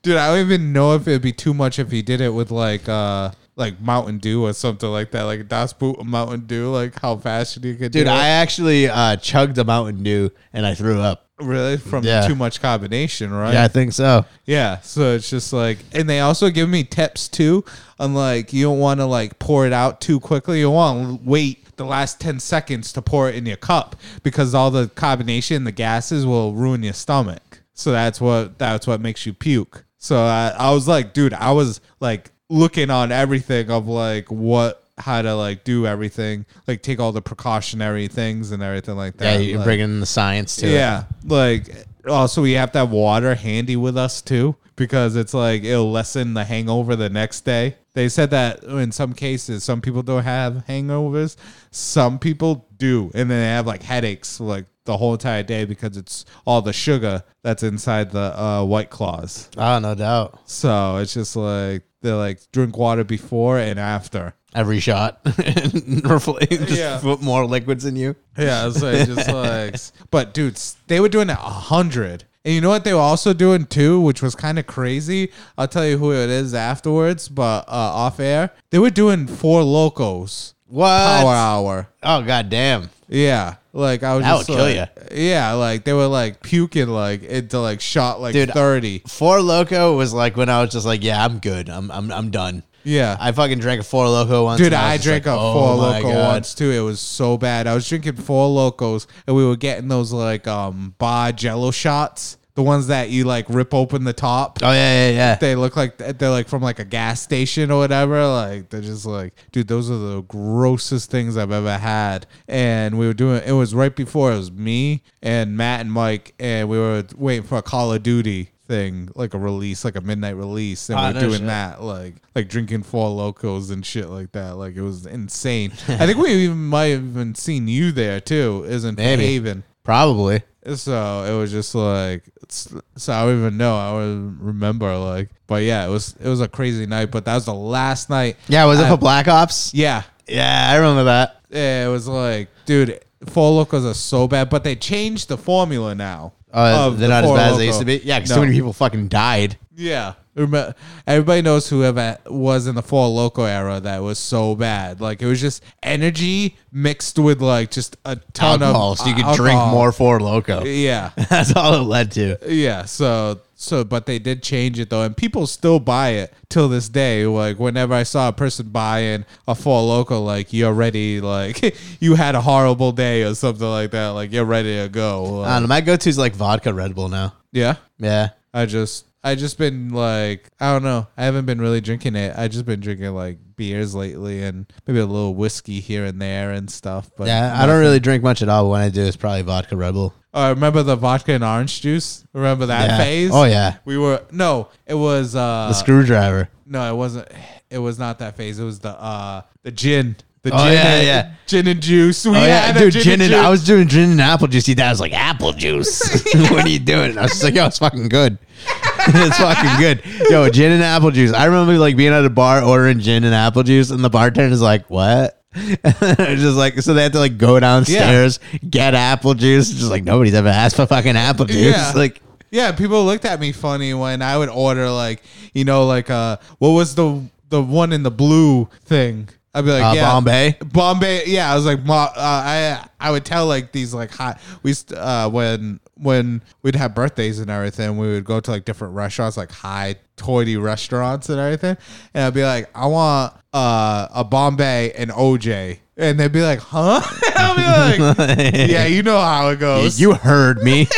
S2: dude, I don't even know if it'd be too much if he did it with like uh like Mountain Dew or something like that, like Das Boot with Mountain Dew, like how fast you could
S3: Dude,
S2: do it.
S3: I actually uh, chugged a Mountain Dew and I threw up.
S2: really from
S3: Yeah.
S2: too much combination, right?
S3: Yeah, I think so.
S2: Yeah, so it's just like, and they also give me tips too. on like, you don't want to like pour it out too quickly. You want to wait the last ten seconds to pour it in your cup because all the combination, the gases, will ruin your stomach. So that's what that's what makes you puke. So I, I was like, dude, I was like looking on everything of like what how to like do everything, like take all the precautionary things and everything like
S3: Yeah,
S2: that.
S3: you're
S2: Like-
S3: bringing the science to it.
S2: yeah, like also we have to have water handy with us too because it's like it'll lessen the hangover the next day. They said that in some cases, some people don't have hangovers, some people do, and then they have like headaches like the whole entire day because it's all the sugar that's inside the uh, white claws.
S3: Oh, no doubt.
S2: So it's just like they're like drink water before and after.
S3: Every shot, Reflect- just
S2: Yeah.
S3: put more liquids in you.
S2: Yeah, so it's just like, but dudes, they were doing a hundred, and you know what they were also doing too, which was kind of crazy. I'll tell you who it is afterwards, but uh, off air, they were doing four locos
S3: What?
S2: power hour.
S3: Oh, goddamn.
S2: Yeah, like I was
S3: That
S2: just
S3: would kill
S2: like- Yeah, like they were like puking like into like shot like
S3: Dude, I-
S2: thirty.
S3: Four Loco was like when I was just like, yeah, I'm good. I'm I'm, I'm done.
S2: Yeah.
S3: I fucking drank a Four Loco once.
S2: Dude,
S3: and
S2: I
S3: was just
S2: drank
S3: like,
S2: a
S3: oh
S2: four
S3: my
S2: loco
S3: God.
S2: once too. It was so bad. I was drinking four locos, and we were getting those like um bar Jello shots, the ones that you like rip open the top.
S3: Oh yeah, yeah, yeah.
S2: They look like they're like from like a gas station or whatever. Like they're just like, dude, those are the grossest things I've ever had. And we were doing it was right before it was me and Matt and Mike, and we were waiting for a Call of Duty thing, like a release, like a midnight release, and
S3: Ah,
S2: we
S3: no
S2: we're doing
S3: shit.
S2: that, like like drinking four locos and shit like that. Like it was insane. I think we even might have even seen you there too, isn't
S3: Maybe.
S2: Haven.
S3: Probably.
S2: So it was just like, so I don't even know. I would remember like, but yeah, it was it was a crazy night. But that was the last night.
S3: Yeah, was it
S2: I-
S3: for Black Ops?
S2: Yeah,
S3: Yeah, I remember that.
S2: Yeah, it was like, dude, four locos are so bad. But they changed the formula now.
S3: Uh,
S2: of
S3: they're
S2: the
S3: not as
S2: Four
S3: bad as they
S2: Loko.
S3: used to be. Yeah, because
S2: No.
S3: so many people fucking died.
S2: Yeah. Remem- Everybody knows whoever was in the Four Loco era that was so bad. Like it was just energy mixed with like just a ton
S3: Alcohol,
S2: of
S3: so you could
S2: Uh, alcohol.
S3: drink more Four Loco.
S2: Yeah.
S3: That's all it led to.
S2: Yeah, so so but they did change it though, and people still buy it till this day. Like whenever I saw a person buying a four local, like you're ready, like you had a horrible day or something like that, like you're ready to go.
S3: I
S2: Like,
S3: don't know. My go-to is like vodka Red Bull now.
S2: yeah,
S3: Yeah.
S2: I just I just been like I don't know, I haven't been really drinking it. I just been drinking like beers lately and maybe a little whiskey here and there and stuff. But
S3: Yeah, I don't really drink much at all. But when I do, it's probably vodka Red Bull.
S2: Uh, remember the vodka and orange juice? Remember that
S3: Yeah.
S2: phase?
S3: Oh, yeah.
S2: we were no, it was uh
S3: The screwdriver.
S2: No, it wasn't. It was not that phase. It was the uh the gin. The
S3: Oh,
S2: gin,
S3: yeah,
S2: and,
S3: yeah.
S2: gin and juice. We
S3: Oh yeah,
S2: had a
S3: dude, gin and,
S2: juice.
S3: I was doing gin and apple juice. He dad was like apple juice. what are you doing? And I was just like, yo, it's fucking good. it's fucking good. Yo, gin and apple juice. I remember like being at a bar ordering gin and apple juice, and the bartender's like, what? It's just like so they had to like go downstairs get apple juice. Just like nobody's ever asked for fucking apple juice.
S2: Yeah.
S3: Like
S2: yeah, people looked at me funny when I would order like you know like uh what was the the one in the blue thing. I'd be like,
S3: Uh,
S2: yeah,
S3: Bombay?
S2: Bombay. Yeah, I was like, Ma, uh, I I would tell like these like hot. We used to, uh, when when we'd have birthdays and everything, we would go to like different restaurants, like high toity restaurants and everything, and I'd be like, I want uh, a Bombay and OJ, and they'd be like, huh? I'd be like, yeah, you know how it goes.
S3: You heard me.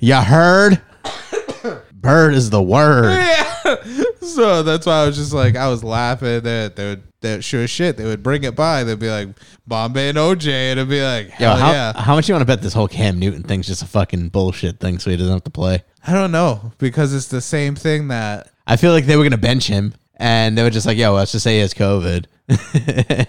S3: you heard? Bird is the word.
S2: So that's why I was just like, I was laughing that they would, that sure as shit, they would bring it by. They'd be like, Bombay and OJ. And it'd be like,
S3: Yo,
S2: Hell
S3: how,
S2: yeah.
S3: how much you want to bet this whole Cam Newton thing's just a fucking bullshit thing so he doesn't have to play?
S2: I don't know because it's the same thing that
S3: I feel like they were going to bench him and they were just like, yo, let's just say he has COVID.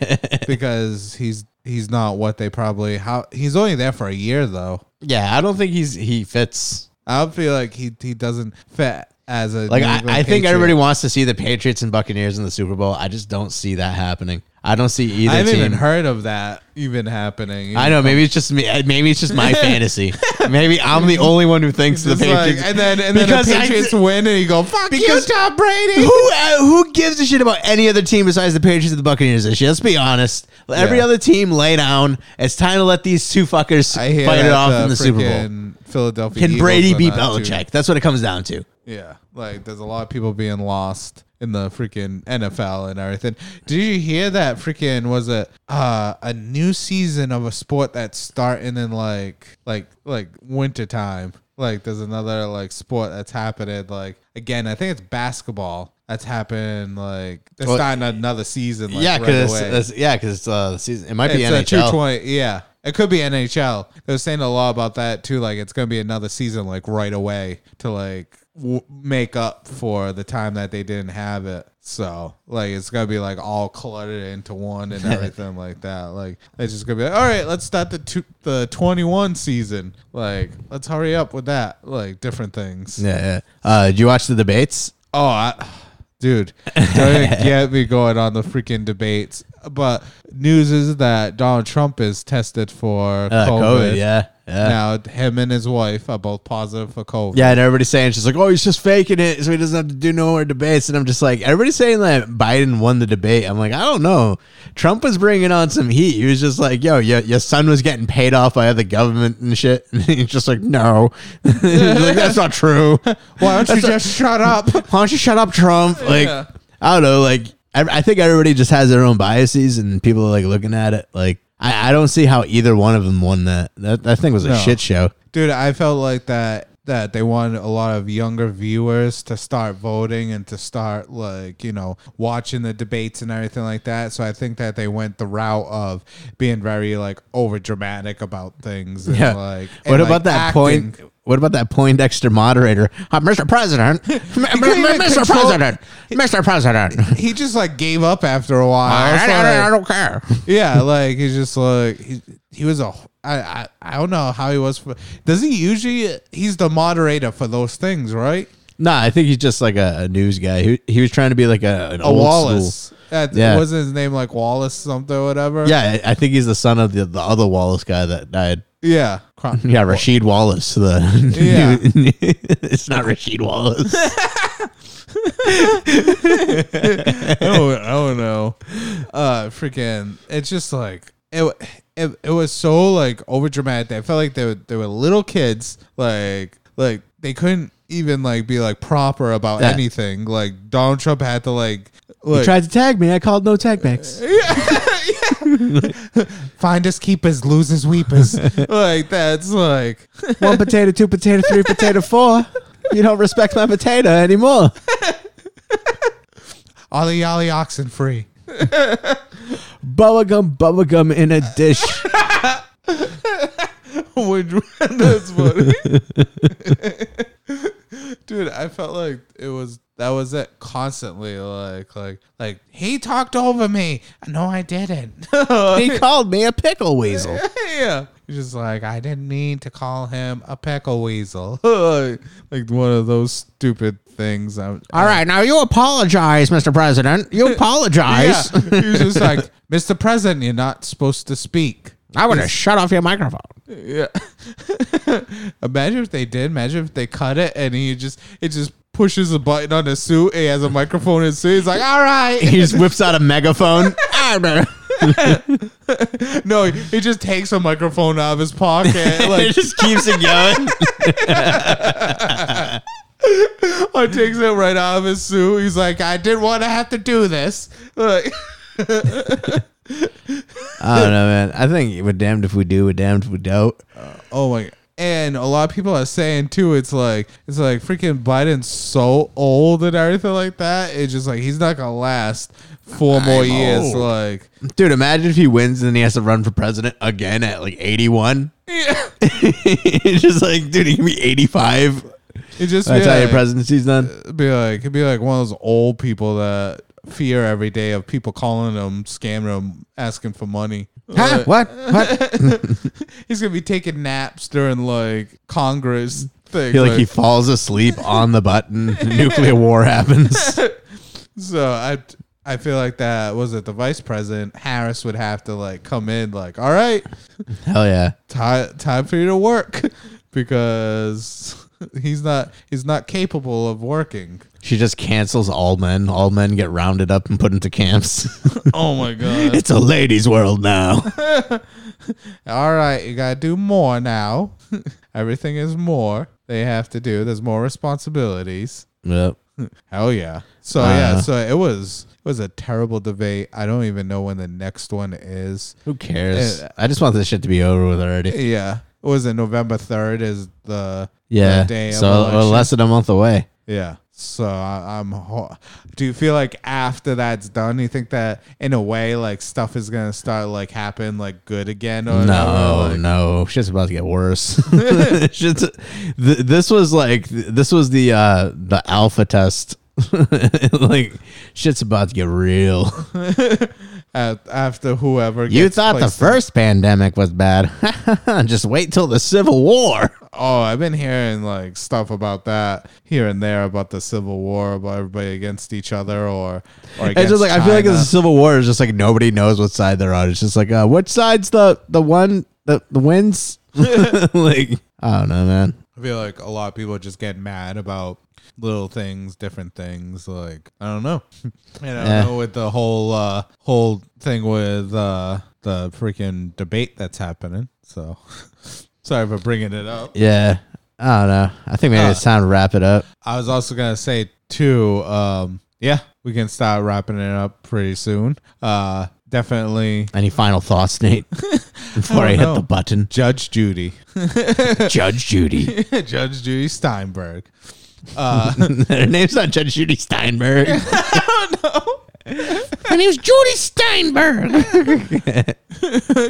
S2: because he's he's not what they probably how he's only there for a year though.
S3: yeah, I don't think he's he fits.
S2: I don't feel like he he doesn't fit as a
S3: Like,
S2: New
S3: I,
S2: England
S3: I think
S2: Patriot.
S3: everybody wants to see the Patriots and Buccaneers in the Super Bowl. I just don't see that happening. I don't see either
S2: I haven't
S3: team.
S2: even heard of that even happening.
S3: I know. Maybe it's just me. uh, Maybe it's just my fantasy. Maybe I'm the only one who thinks the
S2: It's like,
S3: Patriots.
S2: and then and then the
S3: I-
S2: Patriots win and you go fuck you,
S3: Because-
S2: Tom Brady.
S3: who uh, who gives a shit about any other team besides the Patriots and the Buccaneers this year? Let's be honest. Every
S2: Yeah.
S3: other team lay down. It's time to let these two fuckers
S2: I hear
S3: fight it
S2: that uh,
S3: off in the Super Bowl.
S2: freaking Philadelphia.
S3: Can
S2: Eagles
S3: Brady
S2: are
S3: beat
S2: not too-
S3: Belichick? That's what it comes down to.
S2: Yeah, like there's a lot of people being lost in the freaking NFL and everything. Did you hear that freaking was it uh, a new season of a sport that's starting in like like like winter time? Like there's another like sport that's happening like again. I think it's basketball that's happened like they're
S3: Well,
S2: starting another season. Like,
S3: yeah,
S2: right
S3: because
S2: away.
S3: yeah, because uh, the season it might be
S2: It's a
S3: NHL.
S2: 220. Yeah. It could be NHL. They're saying a lot about that too. Like it's going to be another season, like right away, to like w- make up for the time that they didn't have it. So like it's going to be like all cluttered into one and everything like that. Like it's just going to be like, all right, let's start the two, the twenty one season. Like let's hurry up with that. Like different things.
S3: Yeah, yeah. Uh, did you watch the debates?
S2: Oh, I, dude, don't even get me going on the freaking debates. But news is that Donald Trump is tested for
S3: Uh,
S2: COVID.
S3: COVID. Yeah, yeah.
S2: Now him and his wife are both positive for COVID.
S3: Yeah, and everybody's saying she's like, "Oh, he's just faking it, so he doesn't have to do no more debates." And I'm just like, everybody's saying that Biden won the debate. I'm like, I don't know. Trump was bringing on some heat. He was just like, "Yo, your, your son was getting paid off by the government and shit," and he's just like, "No, He's like, that's not true.
S2: Why don't you just shut up?
S3: Why don't you shut up, Trump?" Like,
S2: Yeah.
S3: I don't know. Like, I, I think everybody just has their own biases, and people are like looking at it like. I, I don't see how either one of them won that. That, that thing was a
S2: No.
S3: shit show.
S2: Dude, I felt like that that they wanted a lot of younger viewers to start voting and to start like, you know, watching the debates and everything like that. So I think that they went the route of being very like over dramatic about things and
S3: Yeah.
S2: like
S3: what
S2: and,
S3: about
S2: like,
S3: that
S2: acting.
S3: point? What about that Poindexter moderator? Uh, Mr. President, M- M-
S2: couldn't even
S3: Mr.
S2: control-
S3: President, Mr. President.
S2: He just like gave up after a while.
S3: I,
S2: It's
S3: I- I- I
S2: like-
S3: don't care.
S2: yeah, like he's just like he, he was a I, I I don't know how he was for does he usually he's the moderator for those things, right?
S3: Nah, I think he's just like a, a news guy. He, he was trying to be like a an
S2: A
S3: old
S2: Wallace.
S3: school-
S2: That
S3: Yeah.
S2: wasn't his name like Wallace something or whatever.
S3: Yeah, I, I think he's the son of the, the other Wallace guy that died.
S2: Yeah. Cro-
S3: Yeah, Rashid Wallace. The
S2: Yeah.
S3: it's not Rashid Wallace.
S2: I don't, I don't know. Uh, freaking, it's just like it. It, it was so like over dramatic. I felt like they were they were little kids. Like like they couldn't even like be like proper about
S3: Yeah.
S2: anything. Like Donald Trump had to like
S3: He
S2: like
S3: tried to tag me. I called no tag backs.
S2: find us keepers, losers weepers. like that's like
S3: One potato, two potato, three potato, four. You don't respect my potato anymore.
S2: ollie ollie oxen free.
S3: Bubblegum, bubblegum in a dish.
S2: Would you- That's funny. Dude, I felt like it was that was it constantly. Like, like, like he talked over me. No, I didn't.
S3: he called me a pickle weasel.
S2: yeah, He's just like I didn't mean to call him a peckle weasel. like one of those stupid things. I'm,
S3: All right, now you apologize, Mr. President. You
S2: yeah.
S3: apologize.
S2: He was just like, Mr. President, you're not supposed to speak.
S3: I would have shut off your microphone.
S2: Yeah. imagine if they did. Imagine if they cut it and he just it just pushes a button on his suit. He has a microphone in his suit. He's like, all right.
S3: He just whips out a megaphone.
S2: No, he just takes a microphone out of his pocket.
S5: it
S2: Like
S5: just keeps it going.
S2: he takes it right out of his suit. He's like, I didn't want to have to do this. Like,
S3: I don't know, man. I think we're damned if we do, we're damned if we don't.
S2: oh my and a lot of people are saying too, it's like it's like freaking Biden's so old and everything like that. It's just like he's not gonna last 4 more years.
S3: old.
S2: Like
S3: Dude, imagine if he wins and then he has to run for president again at like 81. It's just like, dude, he can be 85.
S2: it just
S3: That's
S2: be
S3: how your
S2: like-
S3: presidency's done.
S5: Uh,
S2: be like it'd be like one of those old people that fear every day of people calling them, scamming them, asking for money.
S3: Huh? What? What?
S2: He's gonna be taking naps during like Congress
S3: I
S2: things.
S3: feel like he
S2: like-
S3: falls asleep on the button. Nuclear war happens.
S2: so I I feel like that was it the vice president Harris would have to like come in like all right
S3: Hell yeah.
S2: time time for you to work because he's not he's not capable of working.
S3: She just cancels all men. All men get rounded up and put into camps.
S2: Oh my god!
S3: it's a ladies' world now.
S2: all right, you gotta do more now. Everything is more they have to do. There's more responsibilities.
S3: yep.
S2: Hell yeah. So
S3: Uh-huh.
S2: yeah, so it was it was a terrible debate. I don't even know when the next one is.
S3: Who cares? Uh, I just want this shit to be over with already.
S2: Yeah. What was it November third is the
S3: Yeah.
S2: the day of
S3: So uh, we're
S2: election.
S3: less than a month away.
S2: Yeah. So I, I'm ho- do you feel like after that's done, you think that in a way like stuff is gonna start like happen like good again or
S3: No,
S2: whatever? Like,
S3: no, shit's about to get worse. shit's, th- this was like this was the uh the alpha test. like shit's about to get real.
S2: at- after whoever
S3: You
S2: gets
S3: thought the
S2: placed-
S3: first pandemic was bad. Just wait till the Civil War.
S2: Oh, I've been hearing like stuff about that here and there about the Civil War, about everybody against each other or or
S3: It's
S2: against
S3: just like I feel like
S2: China.
S3: the Civil War is just like nobody knows what side they're on. It's just like uh, which side's the the one the the wins. like I don't know, man.
S2: I feel like a lot of people just get mad about little things, different things. Like I don't know, and I don't
S3: Yeah.
S2: know with the whole uh, whole thing with uh, the freaking debate that's happening. So sorry for bringing it up.
S3: Yeah, I don't know. I think maybe it's time to wrap it up.
S2: I was also gonna say too. Um, yeah, we can start wrapping it up pretty soon. Uh, definitely
S3: Any final thoughts, Nate? Before I,
S2: don't
S3: hit
S2: know.
S3: the button,
S2: Judge Judy,
S5: Judge Judy.
S2: Judge Judy Steinberg.
S3: her name's not Judge Judy Steinberg.
S5: My name's Judy Steinberg.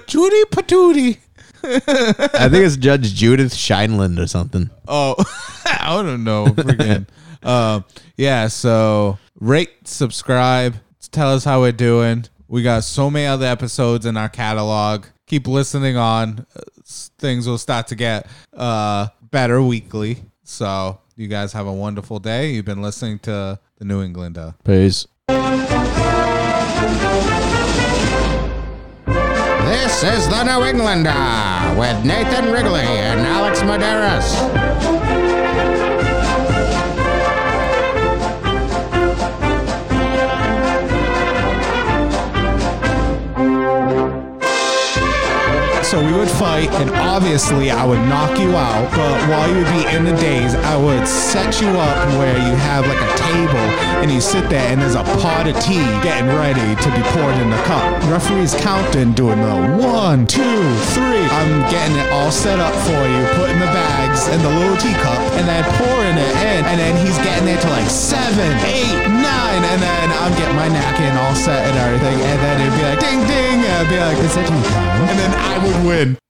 S2: Judy Patootie.
S3: I think it's Judge Judith Scheinland or something.
S2: Oh, I don't know. Freaking. um, yeah. So rate, subscribe, tell us how we're doing. We got so many other episodes in our catalog. Keep listening on. Uh, s- Things will start to get uh, better weekly. So you guys have a wonderful day. You've been listening to the New Englander.
S3: Peace. This is the New Englander with Nathan Wrigley and Alex Medeiros.
S2: So we would fight, and obviously I would knock you out. But while you would be in the daze, I would set you up where you have like a table, and you sit there, and there's a pot of tea getting ready to be poured in the cup. Referees counting, doing the one, two, three. I'm getting it all set up for you, putting the bags in the little teacup, and then pouring it in, and then he's getting it to like seven, eight, nine, and then I'm getting my napkin all set and everything, and then it'd be like ding ding, and I'd be like, it's a tea time, and then I would win.